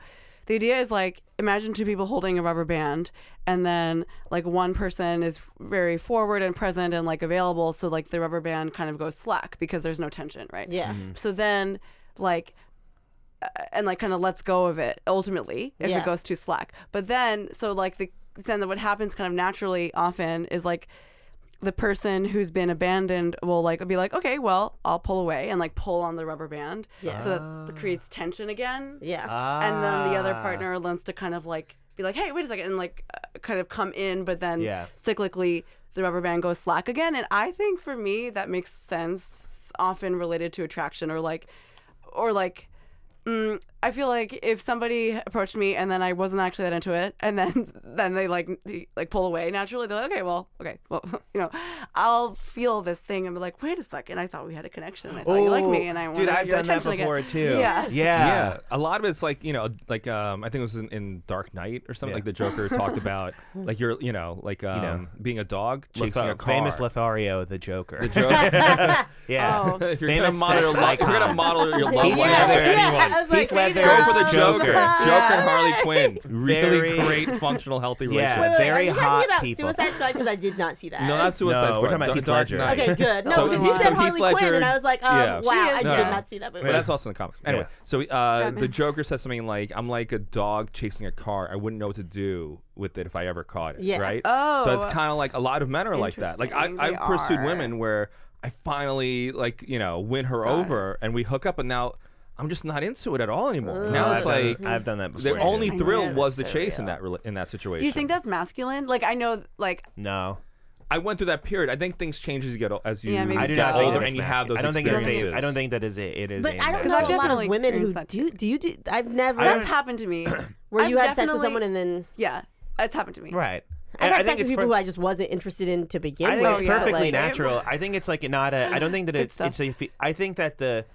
Speaker 7: the idea is like imagine two people holding a rubber band and then like one person is very forward and present and like available so like the rubber band kind of goes slack because there's no tension, right?
Speaker 4: yeah.
Speaker 7: So then, like, uh, and like kind of lets go of it ultimately if
Speaker 4: Yeah.
Speaker 7: it goes too slack. But then, so like the then what happens kind of naturally often is like the person who's been abandoned will like be like, okay, well, I'll pull away and like pull on the rubber band,
Speaker 4: Yeah.
Speaker 7: so that creates tension again.
Speaker 4: Yeah.
Speaker 7: And then the other
Speaker 6: Ah.
Speaker 7: partner learns to kind of like be like, hey, wait a second, and like uh, kind of come in, but then
Speaker 6: Yeah.
Speaker 7: cyclically the rubber band goes slack again. And I think for me that makes sense, often related to attraction or like, or like. Mm, I feel like if somebody approached me and then I wasn't actually that into it, and then <laughs> then they like they, like pull away naturally, they're like, okay, well, okay, well, <laughs> you know, I'll feel this thing and be like, wait a second, I thought we had a connection, I thought uh, you liked me, and I
Speaker 6: dude,
Speaker 7: wanted
Speaker 6: I've
Speaker 7: your
Speaker 6: done that
Speaker 7: attention again."
Speaker 6: before too.
Speaker 7: Yeah.
Speaker 6: yeah,
Speaker 5: yeah a lot of it's like you know like um i think it was in, in dark knight or something
Speaker 6: Yeah.
Speaker 5: like the joker talked
Speaker 6: <laughs>
Speaker 5: about like you're you know like um
Speaker 6: know.
Speaker 5: being a dog chasing
Speaker 6: Lotha-
Speaker 5: a car
Speaker 6: Famous Lothario, the <laughs> Joker. yeah.
Speaker 5: <laughs>
Speaker 7: Oh.
Speaker 5: if you're
Speaker 6: Famous
Speaker 5: gonna model
Speaker 6: sex
Speaker 5: your, lo- if you're gonna
Speaker 6: icon.
Speaker 5: model your love
Speaker 6: Heath
Speaker 5: life
Speaker 6: Yeah,
Speaker 5: after
Speaker 6: yeah,
Speaker 5: anyone
Speaker 4: I was
Speaker 6: Heath
Speaker 4: like,
Speaker 6: Ledger
Speaker 5: go
Speaker 6: is
Speaker 5: for the
Speaker 6: the
Speaker 5: joker joker
Speaker 6: Joker.
Speaker 5: and
Speaker 6: <laughs>
Speaker 5: harley quinn really
Speaker 6: Very-
Speaker 5: great functional healthy
Speaker 6: Yeah.
Speaker 5: relationship
Speaker 4: Wait, wait,
Speaker 6: very
Speaker 4: are you
Speaker 6: hot
Speaker 4: talking about
Speaker 6: people.
Speaker 4: Suicide Squad? Because I did not see that.
Speaker 5: no not suicide
Speaker 6: No,
Speaker 5: Squad.
Speaker 6: we're talking about
Speaker 5: Dark-
Speaker 6: Heath
Speaker 5: dark
Speaker 6: Ledger.
Speaker 5: Knight.
Speaker 4: <laughs> Okay, good. No,
Speaker 5: So
Speaker 4: because
Speaker 5: Heath-
Speaker 4: you said
Speaker 5: so Heath
Speaker 4: Harley Quinn, and
Speaker 5: Ledger-
Speaker 4: I was like, um,
Speaker 5: yeah.
Speaker 4: wow, I
Speaker 5: No,
Speaker 4: did
Speaker 5: no.
Speaker 4: not see that movie.
Speaker 5: But that's also in the comics. Anyway,
Speaker 6: Yeah.
Speaker 5: so uh, the Joker says something like, "I'm like a dog chasing a car. I wouldn't know what to do with it if I ever caught it."
Speaker 4: Yeah.
Speaker 5: Right.
Speaker 7: Oh.
Speaker 5: So it's kind of like a lot of men are like that. Like I,
Speaker 7: Interesting.
Speaker 5: I've
Speaker 7: They
Speaker 5: pursued
Speaker 7: are.
Speaker 5: women where I finally like you know win her over and we hook up, and now I'm just not into it at all anymore.
Speaker 6: No,
Speaker 5: now it's
Speaker 6: I've done-
Speaker 5: like
Speaker 6: I've done that before.
Speaker 5: the only
Speaker 6: too.
Speaker 7: th-
Speaker 5: thrill
Speaker 7: know,
Speaker 5: was the
Speaker 7: that's so
Speaker 5: chase in
Speaker 7: real.
Speaker 5: that rela- in that situation.
Speaker 7: Do you think that's masculine? Like I know, like
Speaker 6: no,
Speaker 5: I went through that period? I think things change as you get o- as you
Speaker 7: Yeah, maybe
Speaker 6: I
Speaker 5: get
Speaker 6: do
Speaker 7: so.
Speaker 6: not think
Speaker 5: older
Speaker 6: that it's
Speaker 5: and you have
Speaker 6: masculine.
Speaker 5: those
Speaker 6: I don't think it's
Speaker 5: experiences.
Speaker 6: a. I don't think that is a. It is.
Speaker 4: But
Speaker 6: a
Speaker 4: I don't
Speaker 6: masculine-
Speaker 4: know a lot
Speaker 7: definitely
Speaker 4: of women who
Speaker 7: experienced that
Speaker 4: do.
Speaker 7: too.
Speaker 4: Do you do? I've never.
Speaker 7: that's happened
Speaker 6: <clears throat>
Speaker 7: to me.
Speaker 4: where
Speaker 7: I've
Speaker 4: you had sex with
Speaker 7: definitely-
Speaker 4: someone and then
Speaker 7: yeah, it's happened to me.
Speaker 6: Right.
Speaker 4: I've
Speaker 6: I- I
Speaker 4: had
Speaker 6: think
Speaker 4: sex with
Speaker 6: it's
Speaker 4: people
Speaker 6: per-
Speaker 4: who I just wasn't interested in to begin
Speaker 6: I think
Speaker 4: with.
Speaker 6: it's
Speaker 7: yeah.
Speaker 4: but,
Speaker 6: perfectly
Speaker 4: like,
Speaker 6: natural. I think it's like not a. I don't think that it's.
Speaker 7: stuff.
Speaker 6: it's a fe- I think that the,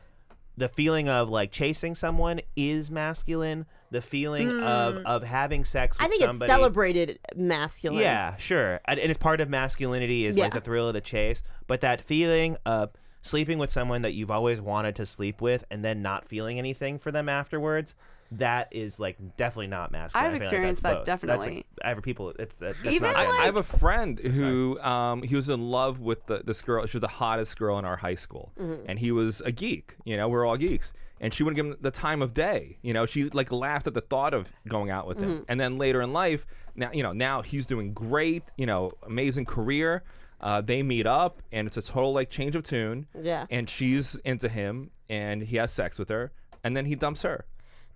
Speaker 6: the feeling of like chasing someone is masculine. The feeling of of having sex. With
Speaker 4: Hmm. I think
Speaker 6: somebody,
Speaker 4: it's celebrated masculine.
Speaker 6: Yeah, sure. And, and it's part of masculinity is like
Speaker 4: Yeah.
Speaker 6: the thrill of the chase, but that feeling of sleeping with someone that you've always wanted to sleep with and then not feeling anything for them afterwards, that is like definitely not masculine.
Speaker 7: I've
Speaker 6: I feel like
Speaker 7: experienced
Speaker 6: that's
Speaker 7: that,
Speaker 6: both. That's, like,
Speaker 7: definitely.
Speaker 6: I have people. It's that, that's
Speaker 7: Even,
Speaker 6: not
Speaker 5: I,
Speaker 6: gender.
Speaker 5: I have a friend who um, he was in love with the, this girl. She was the hottest girl in our high school, and he was a geek. You know, we're all geeks, and she wouldn't give him the time of day. You know, she like laughed at the thought of going out with him. And then later in life, now you know, now he's doing great. You know, amazing career. Uh, they meet up, and it's a total like change of tune.
Speaker 4: Yeah.
Speaker 5: and she's into him, and he has sex with her, and then he dumps her.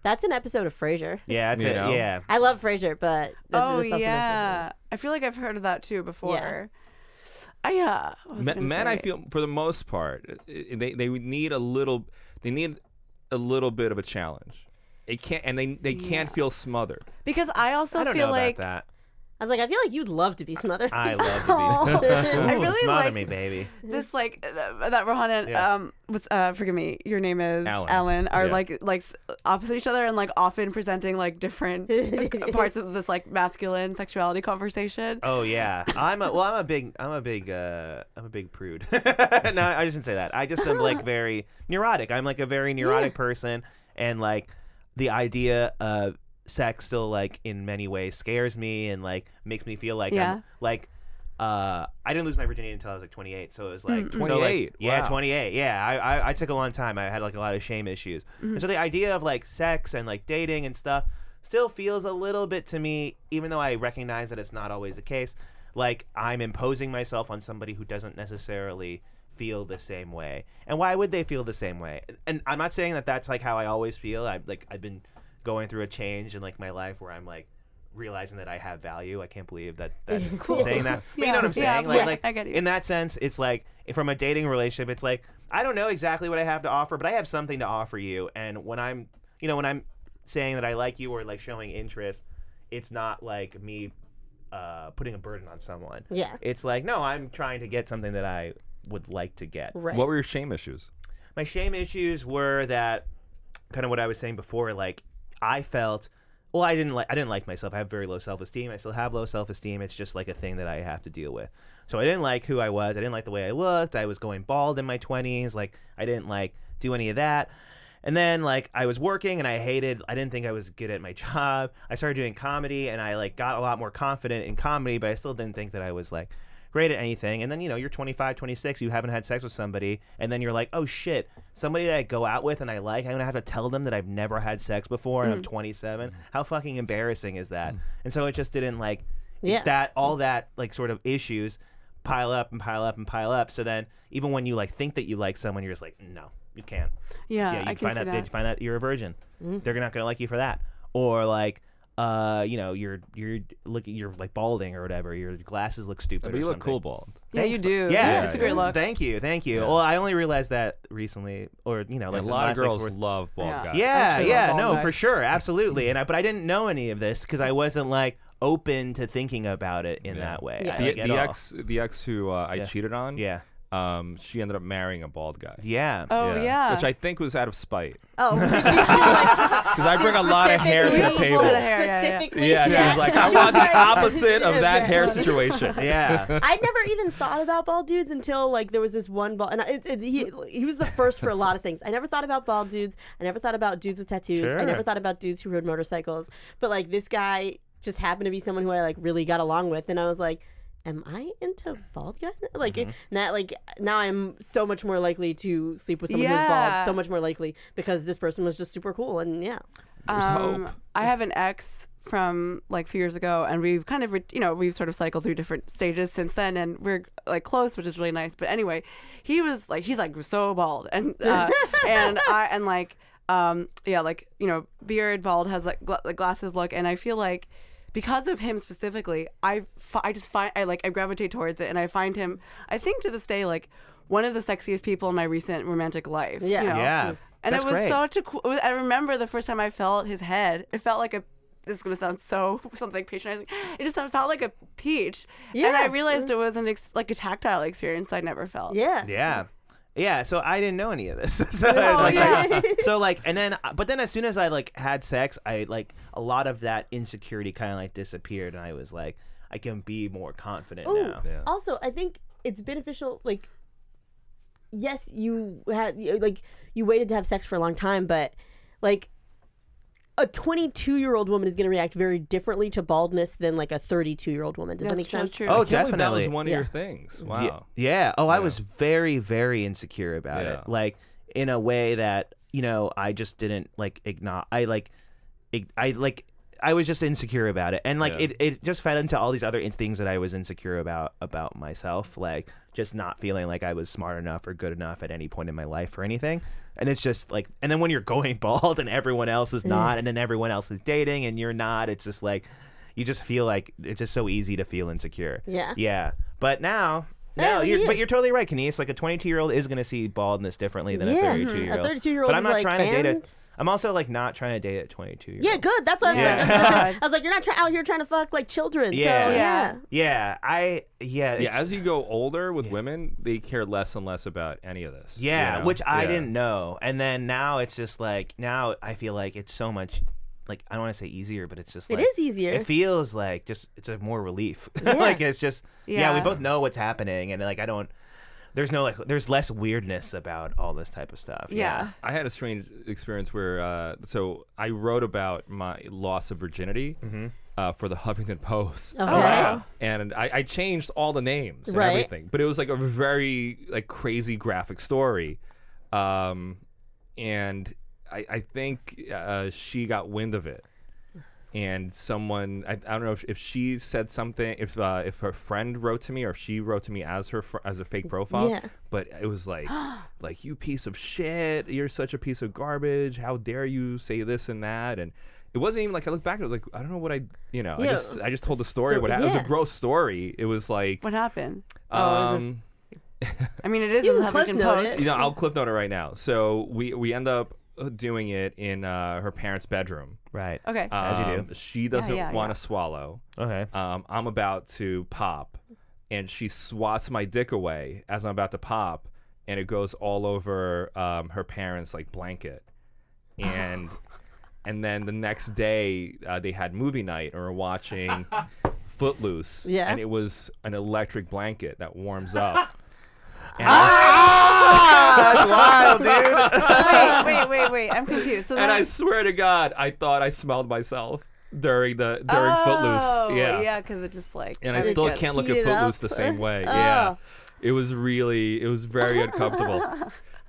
Speaker 4: That's an episode of Frasier.
Speaker 6: yeah, it's
Speaker 5: You
Speaker 6: a,
Speaker 5: know?
Speaker 6: yeah.
Speaker 4: I love Frasier, but that-
Speaker 7: Oh
Speaker 4: that's also my favorite.
Speaker 7: yeah, I feel like I've heard of that too before. I, uh, I was
Speaker 5: Me-
Speaker 7: gonna
Speaker 5: men,
Speaker 7: say
Speaker 5: I
Speaker 7: it.
Speaker 5: feel for the most part, i- i- they they would need a little, they need a little bit of a challenge. It can't, and they they can't feel smothered.
Speaker 7: because I also
Speaker 6: I don't
Speaker 7: feel
Speaker 6: know
Speaker 7: like
Speaker 6: about
Speaker 4: I was like, I feel like you'd love to be smothered.
Speaker 6: that.
Speaker 4: <laughs>
Speaker 7: <laughs>
Speaker 6: I love to be.
Speaker 7: Aw. I
Speaker 6: <laughs> Ooh,
Speaker 7: really
Speaker 6: smother
Speaker 7: like-
Speaker 6: me, baby.
Speaker 7: this like th- that Rohan
Speaker 6: Yeah.
Speaker 7: um what's uh forgive me your name is
Speaker 5: Alan.
Speaker 7: are
Speaker 5: Yeah.
Speaker 7: like like s- opposite each other and like often presenting like
Speaker 4: <laughs>
Speaker 7: different parts of this like masculine sexuality <laughs> conversation.
Speaker 6: Oh yeah, I'm a well. I'm a big. I'm a big. Uh, I'm a big prude. <laughs> no, I just didn't say that. I just am like very neurotic. I'm like a very neurotic person, and like the idea of sex still like in many ways scares me and like makes me feel like
Speaker 7: Yeah.
Speaker 6: I'm like. Uh, I didn't lose my virginity until I was like 28, so it was like so, like,
Speaker 5: 28,
Speaker 6: yeah,
Speaker 5: wow.
Speaker 6: 28. Yeah, I, I I took a long time. I had like a lot of shame issues, and so the idea of like sex and like dating and stuff still feels a little bit to me, even though I recognize that it's not always the case. Like I'm imposing myself on somebody who doesn't necessarily feel the same way, and why would they feel the same way? And I'm not saying that that's like how I always feel. I like I've been going through a change in like my life where I'm like realizing that I have value. I can't believe that that is saying that. But you know what I'm saying?
Speaker 7: Yeah,
Speaker 6: like,
Speaker 7: yeah,
Speaker 6: like
Speaker 7: I get you.
Speaker 6: in that sense, it's like from a dating relationship, it's like I don't know exactly what I have to offer, but I have something to offer you. And when I'm, you know, when I'm saying that I like you or like showing interest, it's not like me uh, putting a burden on someone.
Speaker 4: Yeah.
Speaker 6: It's like no, I'm trying to get something that I would like to get
Speaker 4: Right.
Speaker 5: What were your shame issues?
Speaker 6: my shame issues were that kind of what I was saying before, like I felt well, I didn't like I didn't like myself. I have very low self esteem. I still have low self esteem. It's just like a thing that I have to deal with. So I didn't like who I was. I didn't like the way I looked. I was going bald in my twenties. Like I didn't like do any of that. And then like I was working and I hated I didn't think I was good at my <laughs> job. I started doing comedy and I like got a lot more confident in comedy, but I still didn't think that I was like great at anything. And then you know, you're 25, 26, you haven't had sex with somebody, and then you're like, "Oh shit, somebody that I go out with and I like, I'm going to have to tell them that I've never had sex before and I'm 27." How fucking embarrassing is that? And so it just didn't like
Speaker 4: Yeah.
Speaker 6: that all that like sort of issues pile up and pile up and pile up. So then even when you like think that you like someone, you're just like, "No, you can't."
Speaker 7: yeah,
Speaker 6: yeah, you
Speaker 7: I can
Speaker 6: find
Speaker 7: see
Speaker 6: out
Speaker 7: that. Mm.
Speaker 6: they find out you're a virgin. They're not gonna like you for that. Or like, uh, you know, you're you're looking, you're like balding or whatever. Your glasses look stupid.
Speaker 5: But you
Speaker 6: or
Speaker 5: look
Speaker 6: something.
Speaker 5: cool bald.
Speaker 7: yeah, you
Speaker 6: Thanks,
Speaker 7: do.
Speaker 6: but-
Speaker 7: Yeah,
Speaker 6: Yeah,
Speaker 7: it's a great look.
Speaker 6: Thank you, thank you. Well, I only realized that recently, or you know, like
Speaker 5: a
Speaker 6: the
Speaker 5: lot of
Speaker 6: last, like,
Speaker 5: girls
Speaker 6: four-
Speaker 5: love bald
Speaker 7: Yeah.
Speaker 5: guys.
Speaker 6: yeah,
Speaker 7: Actually,
Speaker 6: yeah,
Speaker 7: love all
Speaker 6: no,
Speaker 7: guys.
Speaker 6: for sure, absolutely. And I, but I didn't know any of this because I wasn't like open to thinking about it in
Speaker 5: Yeah.
Speaker 6: that way.
Speaker 4: Yeah.
Speaker 6: I,
Speaker 5: The,
Speaker 6: like, at
Speaker 5: the
Speaker 6: all.
Speaker 5: ex, the ex who uh, I cheated on.
Speaker 6: yeah,
Speaker 5: Um, she ended up marrying a bald guy.
Speaker 6: yeah.
Speaker 7: Oh yeah.
Speaker 5: Which I think was out of spite. <laughs>
Speaker 4: Oh, she, she was like, <laughs>
Speaker 5: Because I bring a lot of hair to the
Speaker 4: specifically-
Speaker 5: table.
Speaker 7: Lot of hair, <laughs> yeah, yeah.
Speaker 4: Specifically,
Speaker 5: Yeah, she was like, I want
Speaker 4: like-
Speaker 5: the opposite
Speaker 7: <laughs>
Speaker 5: of that hair
Speaker 4: <laughs> Yeah.
Speaker 5: situation.
Speaker 6: yeah,
Speaker 4: I never even thought about bald dudes until like there was this one bald, and I, it, it, he he was the first for a lot of things. I never thought about bald dudes. I never thought about dudes with tattoos. I
Speaker 6: Sure.
Speaker 4: never thought about dudes who rode motorcycles. But like this guy just happened to be someone who I like really got along with, and I was like. Am I into bald guys? Like now, like now, I'm so much more likely to sleep with someone who's
Speaker 7: Yeah.
Speaker 4: bald. So much more likely because this person was just super cool, and yeah,
Speaker 5: There's
Speaker 7: Um,
Speaker 5: hope.
Speaker 7: I have an ex from like a few years ago, and we've kind of, re- you know, we've sort of cycled through different stages since then, and we're like close, which is really nice. But anyway, he was like, he's like so bald,
Speaker 5: <laughs>
Speaker 7: and uh, and I and like, um, yeah, like you know, beard bald has like gla- the glasses look, and I feel like because of him specifically, I fi- I just find I like I gravitate towards it, and I find him, I think to this day, like one of the sexiest people in my recent romantic life.
Speaker 4: Yeah.
Speaker 7: you know?
Speaker 6: yeah.
Speaker 7: And
Speaker 6: That's
Speaker 7: it was
Speaker 6: great.
Speaker 7: such a cool. I remember the first time I felt his head. It felt like a. This is gonna sound so <laughs> something patronizing. It just felt like a peach. And I
Speaker 4: Yeah.
Speaker 7: realized it was an ex- like a tactile experience I never felt.
Speaker 4: yeah,
Speaker 6: Yeah. Yeah, so I didn't know any of this. <laughs> so,
Speaker 7: Oh,
Speaker 6: like,
Speaker 7: yeah.
Speaker 6: like- <laughs> so like, and then, uh, but then as soon as I like had sex, I like a lot of that insecurity kind of like disappeared, and I was like, I can be more confident
Speaker 4: Ooh.
Speaker 6: now.
Speaker 5: Yeah.
Speaker 4: Oh, Also, I think it's beneficial. Like, yes, you had you- like you waited to have sex for a long time, but like a 22 year old woman is going to react very differently to baldness than like a 32 year old woman. Does that
Speaker 7: That's
Speaker 4: make
Speaker 7: so
Speaker 4: sense?
Speaker 7: true.
Speaker 6: Oh,
Speaker 5: I can't believe That
Speaker 6: definitely.
Speaker 5: was one of
Speaker 4: Yeah.
Speaker 5: your things. Wow.
Speaker 6: Yeah. yeah. Oh, I was very, very insecure about
Speaker 5: Yeah.
Speaker 6: it. Like in a way that you know, I just didn't like ignore. I like, ig- I like, I was just insecure about it, and like
Speaker 5: Yeah.
Speaker 6: it, it just fed into all these other in- things that I was insecure about about myself, like just not feeling like I was smart enough or good enough at any point in my life or anything. And it's just like, and then when you're going <laughs> bald and everyone else is not, and then everyone else is dating and you're not, it's just like, you just feel like it's just so easy to feel insecure.
Speaker 4: Yeah.
Speaker 6: Yeah. But now, No,
Speaker 4: Yeah,
Speaker 6: you're,
Speaker 4: yeah.
Speaker 6: but you're totally right, Kenise. Like a 22 year old is going to see baldness differently than
Speaker 4: Yeah,
Speaker 6: a 32 year old.
Speaker 4: a 32-year-old
Speaker 6: But I'm
Speaker 4: is
Speaker 6: not
Speaker 4: like,
Speaker 6: trying to date
Speaker 4: and?
Speaker 6: a. I'm also like not trying to date a 22 year old.
Speaker 4: Yeah, good. That's why I
Speaker 7: Yeah.
Speaker 4: was
Speaker 5: <laughs>
Speaker 4: like, <laughs> I
Speaker 7: God.
Speaker 4: was like, you're not try- out here trying to fuck like children.
Speaker 6: Yeah.
Speaker 4: So
Speaker 7: Yeah.
Speaker 4: yeah.
Speaker 6: Yeah, I yeah.
Speaker 5: Yeah,
Speaker 6: it's-
Speaker 5: as you go older with women, they care less and less about any of this. you
Speaker 6: yeah,
Speaker 5: know?
Speaker 6: which I
Speaker 5: Yeah.
Speaker 6: didn't know, and then now it's just like now I feel like it's so much. Like I don't want to say easier, but it's just
Speaker 4: It
Speaker 6: like,
Speaker 4: is easier.
Speaker 6: It feels like just it's a more relief. <laughs> like it's just yeah. we
Speaker 7: Yeah.
Speaker 6: both know what's happening, and like I don't. There's no like. There's less weirdness about all this type of stuff.
Speaker 7: Yeah.
Speaker 5: I had a strange experience where, uh, so I wrote about my loss of virginity
Speaker 6: Mm-hmm.
Speaker 5: uh, for the <laughs> Huffington Post.
Speaker 4: Okay. wow.
Speaker 5: And I, I changed all the names and
Speaker 4: Right.
Speaker 5: everything, but it was like a very like crazy graphic story, um, and I, I think uh, she got wind of it, and someone I, I don't know if, if she said something if uh, if her friend wrote to me or if she wrote to me as her fr- as a fake profile,
Speaker 4: Yeah.
Speaker 5: but it was
Speaker 4: <gasps>
Speaker 5: like like you piece of shit you're such a piece of garbage how dare you say this and that and it wasn't even like I look back and it was like I don't know what I you know I
Speaker 4: Yeah.
Speaker 5: just I just told the story
Speaker 4: So-
Speaker 5: what happened. it was
Speaker 4: yeah.
Speaker 5: a gross story it was like
Speaker 7: What happened? oh, is this,
Speaker 5: um,
Speaker 7: I mean, it is
Speaker 4: You
Speaker 7: in the
Speaker 4: can cliff
Speaker 7: Huffington
Speaker 4: note
Speaker 7: Post.
Speaker 4: it.
Speaker 5: you know I'll clip note it right now so we we end up uh, doing it in uh, her parents bedroom
Speaker 6: Right.
Speaker 7: Okay.
Speaker 6: As you do.
Speaker 5: Um, she doesn't
Speaker 7: yeah,
Speaker 5: want
Speaker 7: yeah.
Speaker 5: to swallow
Speaker 6: Okay.
Speaker 5: um, I'm about to pop, and she swats my dick away as I'm about to pop, and it goes all over um, her parents' like blanket,
Speaker 7: <laughs>
Speaker 5: and and then the next day uh, they had movie night and we're
Speaker 7: <laughs>
Speaker 5: watching Footloose,
Speaker 4: Yeah.
Speaker 5: and it was an electric blanket that warms
Speaker 7: <laughs>
Speaker 5: up. And,
Speaker 6: Wild, dude.
Speaker 7: wait, wait, wait, wait. I'm confused. So
Speaker 5: Uh, <laughs> and I
Speaker 7: then,
Speaker 5: swear to God, I thought I smelled myself during the during
Speaker 7: Oh,
Speaker 5: Footloose.
Speaker 7: yeah, because it just like
Speaker 5: and I
Speaker 7: would
Speaker 5: still
Speaker 7: guess.
Speaker 5: can't look at
Speaker 4: Heat it up. Oh.
Speaker 5: Footloose the same
Speaker 4: <laughs>
Speaker 5: way. Yeah, it was really, it was very
Speaker 4: <laughs>
Speaker 5: uncomfortable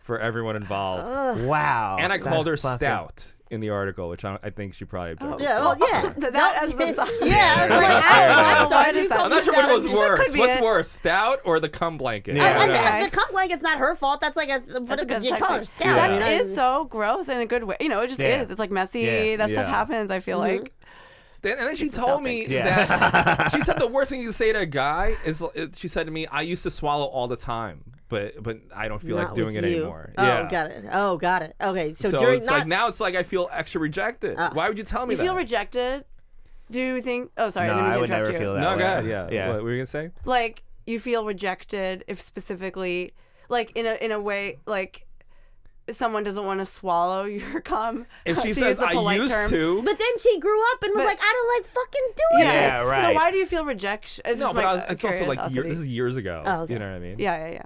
Speaker 5: for everyone involved.
Speaker 6: <laughs>
Speaker 4: Oh.
Speaker 6: Wow.
Speaker 5: and I called her
Speaker 6: That's fucking-
Speaker 5: stout in the article, which I, I think she probably objected.
Speaker 4: Oh, Yeah,
Speaker 5: to.
Speaker 4: well, yeah.
Speaker 7: That- <laughs> that as the side.
Speaker 4: <laughs> Yeah, I was
Speaker 5: <laughs>
Speaker 4: like,
Speaker 5: Yeah.
Speaker 4: I,
Speaker 5: Yeah.
Speaker 4: I'm sorry.
Speaker 7: Why does
Speaker 4: you
Speaker 7: that-
Speaker 4: call
Speaker 5: I'm
Speaker 4: me
Speaker 5: not sure
Speaker 4: stout.
Speaker 5: what
Speaker 4: <laughs>
Speaker 5: was worse.
Speaker 7: be
Speaker 5: What's
Speaker 7: it.
Speaker 5: worse, stout or the cum blanket?
Speaker 6: Yeah.
Speaker 5: I
Speaker 4: And,
Speaker 5: don't know.
Speaker 4: and the cum blanket's not her fault. That's like a,
Speaker 7: That's
Speaker 4: what
Speaker 7: a good
Speaker 4: you call her
Speaker 7: side
Speaker 4: stout.
Speaker 7: thing.
Speaker 4: I mean,
Speaker 7: Sex
Speaker 4: I-
Speaker 7: is so gross in a good way. You know, it just
Speaker 6: Yeah.
Speaker 7: is. It's like messy.
Speaker 6: Yeah.
Speaker 7: That stuff
Speaker 5: Yeah.
Speaker 7: happens. I
Speaker 4: Mm-hmm.
Speaker 7: feel like
Speaker 5: Then, and then she
Speaker 7: It's a
Speaker 5: told
Speaker 7: stout
Speaker 5: me
Speaker 7: thing.
Speaker 6: Yeah.
Speaker 5: that she said the worst thing you can say to a guy is it, she said to me, "I used to swallow all the time, but but I don't feel like
Speaker 4: not
Speaker 5: doing
Speaker 4: with
Speaker 5: it
Speaker 4: you.
Speaker 5: anymore."
Speaker 4: Oh,
Speaker 5: yeah.
Speaker 4: got it. Oh, got it. Okay, so,
Speaker 5: So,
Speaker 4: during
Speaker 5: it's
Speaker 4: not, Uh,
Speaker 5: like now it's like I feel extra rejected. Why would you tell me
Speaker 7: you
Speaker 5: that?
Speaker 7: feel rejected. Do you think? Oh, sorry.
Speaker 6: No,
Speaker 7: I didn't mean
Speaker 6: I
Speaker 7: to
Speaker 6: would
Speaker 7: interrupt
Speaker 6: never
Speaker 7: you.
Speaker 6: feel that.
Speaker 5: No,
Speaker 6: way.
Speaker 5: God, yeah.
Speaker 6: Yeah.
Speaker 5: What were you gonna say?
Speaker 7: Like you feel rejected if specifically, like in a in a way like. Someone doesn't want to swallow <laughs> your cum.
Speaker 4: <laughs>
Speaker 5: If she
Speaker 7: <laughs> to use
Speaker 5: says
Speaker 7: the
Speaker 5: I
Speaker 7: polite
Speaker 5: used
Speaker 7: term.
Speaker 5: to,
Speaker 4: but then she grew up and was
Speaker 7: But-
Speaker 4: like, I don't like fucking doing
Speaker 6: Yeah.
Speaker 4: it. <laughs>
Speaker 7: it's- So
Speaker 6: right.
Speaker 7: why do you feel rejection? It's
Speaker 5: no,
Speaker 7: just
Speaker 5: but
Speaker 7: my
Speaker 5: I was, it's also like year,
Speaker 7: curiosity.
Speaker 5: this is years ago.
Speaker 4: Oh, okay.
Speaker 5: You know what I mean?
Speaker 7: Yeah, yeah,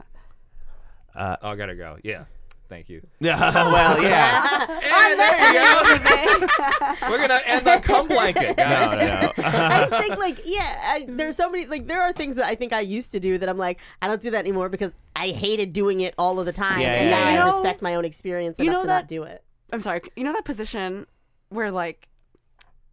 Speaker 7: yeah.
Speaker 5: Oh, I gotta go. Yeah. Thank
Speaker 4: <laughs>
Speaker 5: you.
Speaker 6: Yeah. <laughs> well, yeah.
Speaker 5: And there you go. <laughs> We're gonna end on cum
Speaker 4: <laughs>
Speaker 5: blanket, guys.
Speaker 6: no, no. <laughs>
Speaker 4: I just
Speaker 5: <laughs>
Speaker 4: think like yeah, I, there's so many like there are things that I think I used to do that I'm like I don't do that anymore because I hated doing it all of the time,
Speaker 6: Yeah,
Speaker 4: and
Speaker 6: yeah,
Speaker 4: now
Speaker 6: yeah.
Speaker 7: You
Speaker 4: I
Speaker 7: know-
Speaker 4: respect my own experience
Speaker 7: you
Speaker 4: enough
Speaker 7: know
Speaker 4: to
Speaker 7: that-
Speaker 4: not do it.
Speaker 7: I'm sorry. You know that position where like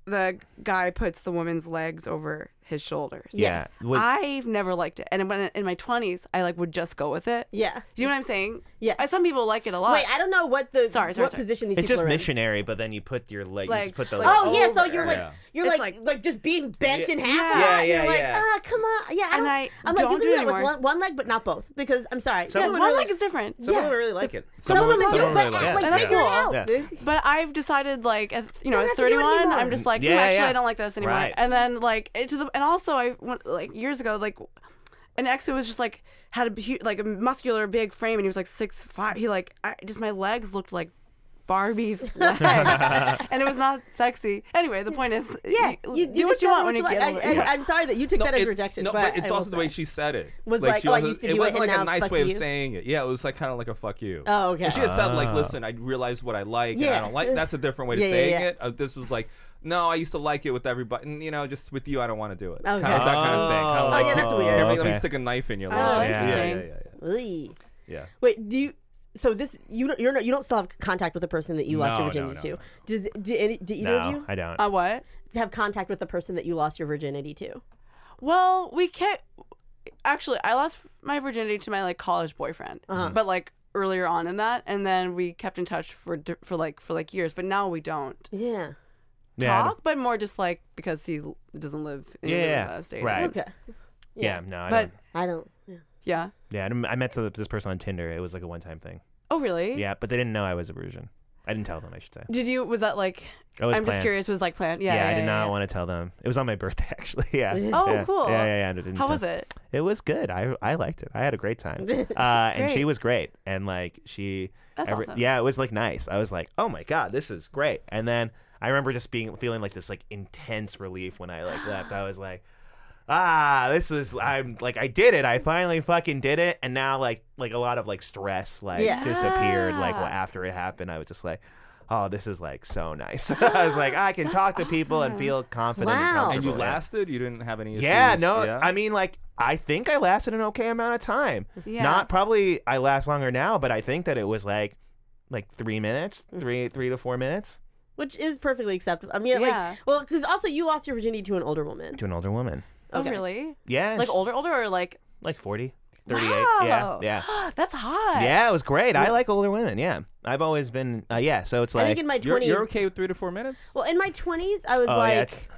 Speaker 7: the guy puts the woman's legs over his shoulders.
Speaker 6: Yeah.
Speaker 4: Yes.
Speaker 6: Would-
Speaker 7: I've never liked it, and when in my 20s, I like would just go with it.
Speaker 4: Yeah.
Speaker 7: Do you know what I'm saying?
Speaker 4: Yeah.
Speaker 7: Uh, Some people like it a lot.
Speaker 4: Wait, I don't know what the
Speaker 7: Sorry, sorry,
Speaker 4: what
Speaker 7: sorry.
Speaker 4: position these
Speaker 6: It's
Speaker 4: people
Speaker 6: just
Speaker 4: are in.
Speaker 6: missionary, but then you put your leg. you
Speaker 7: Like-
Speaker 6: just put the.
Speaker 7: like-
Speaker 4: Oh yeah, so
Speaker 7: over.
Speaker 4: you're like
Speaker 5: Yeah.
Speaker 4: you're
Speaker 7: It's
Speaker 4: like,
Speaker 7: like-
Speaker 4: like just being bent in half.
Speaker 7: Yeah.
Speaker 4: a lot, and
Speaker 6: Yeah,
Speaker 4: you're
Speaker 6: yeah,
Speaker 4: like,
Speaker 6: yeah.
Speaker 4: ah, come on, yeah. I
Speaker 7: And
Speaker 4: don't,
Speaker 7: I
Speaker 4: am like, you
Speaker 7: don't
Speaker 4: can
Speaker 7: do
Speaker 4: do
Speaker 7: it
Speaker 4: that with
Speaker 7: anymore.
Speaker 4: one, one leg, but not both, because I'm sorry.
Speaker 6: Some
Speaker 7: Yes,
Speaker 6: women
Speaker 7: one
Speaker 6: really-
Speaker 7: leg is different.
Speaker 6: Some
Speaker 4: yeah.
Speaker 6: women really like it.
Speaker 4: Some,
Speaker 5: Some
Speaker 4: women
Speaker 5: women-
Speaker 4: do,
Speaker 5: some
Speaker 4: but
Speaker 5: women really
Speaker 4: act
Speaker 5: like
Speaker 4: like
Speaker 7: it.
Speaker 4: figure it out.
Speaker 6: Yeah.
Speaker 4: dude.
Speaker 7: But I've decided, like, at, you know,
Speaker 4: Don't
Speaker 7: at
Speaker 4: have to do it
Speaker 7: 31,
Speaker 4: anymore.
Speaker 7: I'm just like,
Speaker 6: Yeah,
Speaker 7: no, actually,
Speaker 6: yeah.
Speaker 7: I don't like this anymore.
Speaker 6: Right.
Speaker 7: And then, like, it to the, and also, I went, like, years ago, like, an ex who was just like, had a, hu- like, a muscular, big frame, and he was like six, five. He, like, I, just my legs looked like
Speaker 4: <laughs>
Speaker 7: Barbie's
Speaker 6: <laughs>
Speaker 7: legs. and it was not sexy. Anyway, the point is,
Speaker 4: Yeah,
Speaker 7: you, do what
Speaker 4: just
Speaker 7: you
Speaker 4: don't
Speaker 7: want when you
Speaker 4: like.
Speaker 7: get older.
Speaker 4: I, I, I'm sorry that you took that as
Speaker 5: it-
Speaker 4: rejection,
Speaker 5: no,
Speaker 4: but,
Speaker 5: but, it's
Speaker 4: I will
Speaker 5: also the way
Speaker 4: say.
Speaker 5: she said it.
Speaker 4: Was like,
Speaker 5: she
Speaker 4: "Oh, I
Speaker 5: wasn't-
Speaker 4: used to
Speaker 5: it
Speaker 4: do it,
Speaker 5: wasn't
Speaker 4: and
Speaker 5: like a
Speaker 4: now
Speaker 5: nice
Speaker 4: fuck
Speaker 5: way of
Speaker 4: you."
Speaker 5: saying it. Yeah, it was like kind of like a fuck you.
Speaker 4: Oh, okay.
Speaker 5: If she had said like, "Listen, I realized what I like, and I
Speaker 4: Yeah.
Speaker 5: don't like." That's a different way to
Speaker 4: Yeah, yeah,
Speaker 5: saying
Speaker 4: yeah.
Speaker 5: it. Uh, this was like, "No, I used to like it with everybody, and you know, just with you, I don't want to do it." Kind of
Speaker 4: Okay.
Speaker 5: that kind of thing. Kind of
Speaker 4: Oh,
Speaker 5: like,
Speaker 4: yeah, that's weird.
Speaker 5: Here, let, me, let me
Speaker 6: Okay.
Speaker 5: stick a knife in your leg. yeah,
Speaker 7: Oh,
Speaker 5: yeah, yeah,
Speaker 7: interesting.
Speaker 5: yeah,
Speaker 4: Ooh.
Speaker 5: yeah.
Speaker 4: Wait, do you? So this you don't you're not you don't still have contact with the person that you lost
Speaker 5: No,
Speaker 4: your
Speaker 5: no,
Speaker 4: virginity
Speaker 5: no,
Speaker 4: to?
Speaker 5: no.
Speaker 4: Does do, any, do either of
Speaker 6: No,
Speaker 4: you
Speaker 6: I don't.
Speaker 7: Uh, what?
Speaker 4: have contact with the person that you lost your virginity to?
Speaker 7: Well, we can't. Actually, I lost my virginity to my like college boyfriend,
Speaker 6: Uh-huh.
Speaker 7: but like earlier on in that, and then we kept in touch for di- for like for like years. But now we don't
Speaker 4: Yeah.
Speaker 6: Yeah, I
Speaker 7: talk, but more just like because he l- doesn't live in
Speaker 6: Yeah,
Speaker 7: the state.
Speaker 6: right.
Speaker 4: Okay.
Speaker 6: don't- Yeah, no, I
Speaker 7: But
Speaker 6: don't.
Speaker 4: I don't. Yeah.
Speaker 7: Yeah.
Speaker 6: Yeah, I didn't- I met this person on Tinder. It was like a one-time thing.
Speaker 7: Oh, really?
Speaker 6: Yeah, but they didn't know I was a Verusian. I didn't tell them. I should say.
Speaker 7: Did you? Was that like?
Speaker 6: It was
Speaker 7: I'm just
Speaker 6: planned.
Speaker 7: curious. Was like planned? Yeah.
Speaker 6: Yeah, I did not
Speaker 7: yeah.
Speaker 6: want to tell them. It was on my <laughs> birthday, actually. Yeah.
Speaker 7: Oh,
Speaker 6: Yeah.
Speaker 7: cool.
Speaker 6: Yeah, yeah, yeah. and I didn't
Speaker 7: How
Speaker 6: tell-
Speaker 7: was it?
Speaker 6: It was good. I I liked it. I had a great
Speaker 7: <laughs>
Speaker 6: time. Uh, and she
Speaker 7: Great.
Speaker 6: was great. And like she,
Speaker 7: That's awesome.
Speaker 6: yeah, it was like nice. I was like, oh my god, this is great. And then I remember just being feeling like this like intense relief when I like left. I was like. Ah, this is I'm like I did it. I finally fucking did it, and now like like a lot of like stress like
Speaker 4: Yeah.
Speaker 6: disappeared. Like well, after it happened, I was just like, oh, this is like so nice. <laughs> I was like, I can talk to people and feel confident.
Speaker 4: Wow.
Speaker 6: And,
Speaker 4: And you
Speaker 5: And you
Speaker 6: comfortable. Yeah.
Speaker 5: lasted. You didn't have any. Issues.
Speaker 6: Yeah, no, I mean, like, I think I lasted an okay amount of time.
Speaker 7: Yeah.
Speaker 6: Not probably I last longer now, but I think that it was like, like three minutes, three three to four minutes
Speaker 4: which is perfectly acceptable. I mean,
Speaker 7: Yeah.
Speaker 4: like, well, because also you lost your virginity to an older woman.
Speaker 6: to an older woman.
Speaker 7: Oh,
Speaker 4: Okay.
Speaker 7: really?
Speaker 6: Yeah,
Speaker 7: Like
Speaker 6: sh-
Speaker 7: older, older, or like?
Speaker 6: 40, 38.
Speaker 7: Wow.
Speaker 6: Yeah, yeah,
Speaker 7: That's hot.
Speaker 6: yeah. It was great. I like older women. Yeah, I've always been. Uh, yeah, so it's
Speaker 4: I
Speaker 6: like
Speaker 4: think in my
Speaker 5: You're,
Speaker 4: 20s.
Speaker 5: you're okay with three to four minutes.
Speaker 4: Well, in my 20s, I was
Speaker 6: Oh, yeah,
Speaker 4: like,
Speaker 6: it's-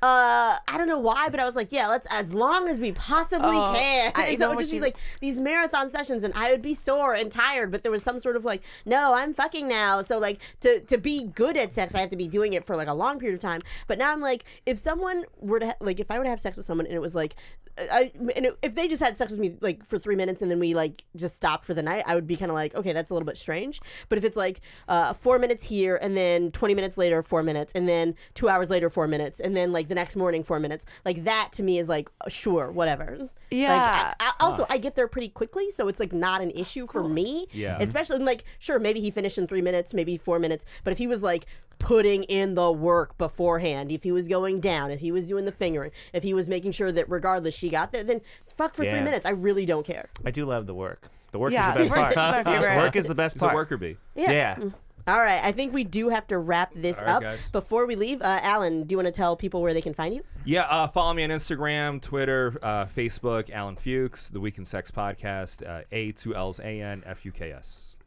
Speaker 4: uh, I don't know why, but I was like, yeah, let's as long as we possibly
Speaker 7: Oh,
Speaker 4: can.
Speaker 7: I
Speaker 4: and <laughs> so
Speaker 7: know
Speaker 4: it would
Speaker 7: what
Speaker 4: just be
Speaker 7: you-
Speaker 4: like these marathon sessions, and I would be sore and tired, but there was some sort of like, no, I'm fucking now. So like to to be good at sex, I have to be doing it for like a long period of time. But now I'm like, if someone were to ha- like, if I were to have sex with someone and it was like. I, and it- if they just had sex with me like for three minutes and then we like just stopped for the night, I would be kind of like, okay, that's a little bit strange. But if it's like uh, four minutes here and then 20 minutes later, four minutes, and then two hours later, four minutes, and then like the next morning, four minutes, like that to me is like, sure, whatever. Like,
Speaker 7: Yeah.
Speaker 4: I, I, also, I get there pretty quickly, so it's like not an issue for me.
Speaker 5: Yeah.
Speaker 4: Especially and, like, sure, maybe he finished in three minutes, maybe four minutes, but if he was like putting in the work beforehand, if he was going down, if he was doing the fingering, if he was making sure that regardless she got there, then fuck for three
Speaker 6: Yeah.
Speaker 4: minutes. I really don't care.
Speaker 6: I do love the work. The work
Speaker 7: Yeah,
Speaker 6: is the best
Speaker 7: work's
Speaker 6: part.
Speaker 7: my favorite.
Speaker 6: work is the best
Speaker 5: It's
Speaker 6: part.
Speaker 5: a worker bee.
Speaker 6: Yeah. Mm-hmm.
Speaker 4: All right, I think we do have to wrap this
Speaker 5: All right,
Speaker 4: up.
Speaker 5: guys.
Speaker 4: Before we leave, uh, Alan, do you want to tell people where they can find you?
Speaker 5: Yeah, uh, follow me on Instagram, Twitter, uh, Facebook, Alan Fuchs, The Weekend Sex Podcast, uh, A2LSAN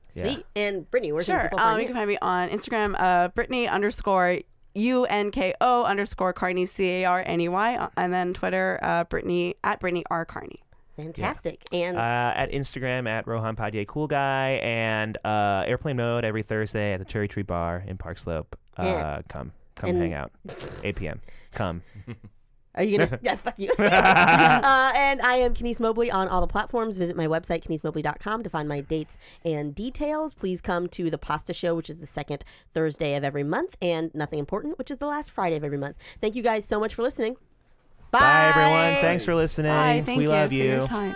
Speaker 4: Sweet. And Brittany, where can
Speaker 7: Sure.
Speaker 4: people
Speaker 7: Um,
Speaker 4: find
Speaker 7: you
Speaker 4: you?
Speaker 7: can find me on Instagram, uh, Brittany underscore U N K O underscore Carney C A R N E Y, and then Twitter, uh, Brittany at Brittany R Carney.
Speaker 4: Fantastic. And
Speaker 6: Uh, at Instagram at Rohan Padilla Cool Guy and uh, Airplane Mode every Thursday at the Cherry Tree Bar in Park Slope. Uh,
Speaker 4: Yeah.
Speaker 6: Come, come
Speaker 4: And-
Speaker 6: hang out. 8 p.m. Come.
Speaker 4: Are
Speaker 6: <laughs>
Speaker 4: you gonna? yeah, fuck you. uh, and I am Kenise Mobley on all the platforms. Visit my website kinesemobley.com to find my dates and details. Please come to the Pasta Show, which is the second Thursday of every month, and Nothing Important, which is the last Friday of every month. Thank you guys so much for listening. <laughs> Bye,
Speaker 6: Bye everyone. Thanks for listening.
Speaker 7: Bye. Thank
Speaker 6: we
Speaker 7: you
Speaker 6: love
Speaker 7: for
Speaker 6: you.
Speaker 7: your time.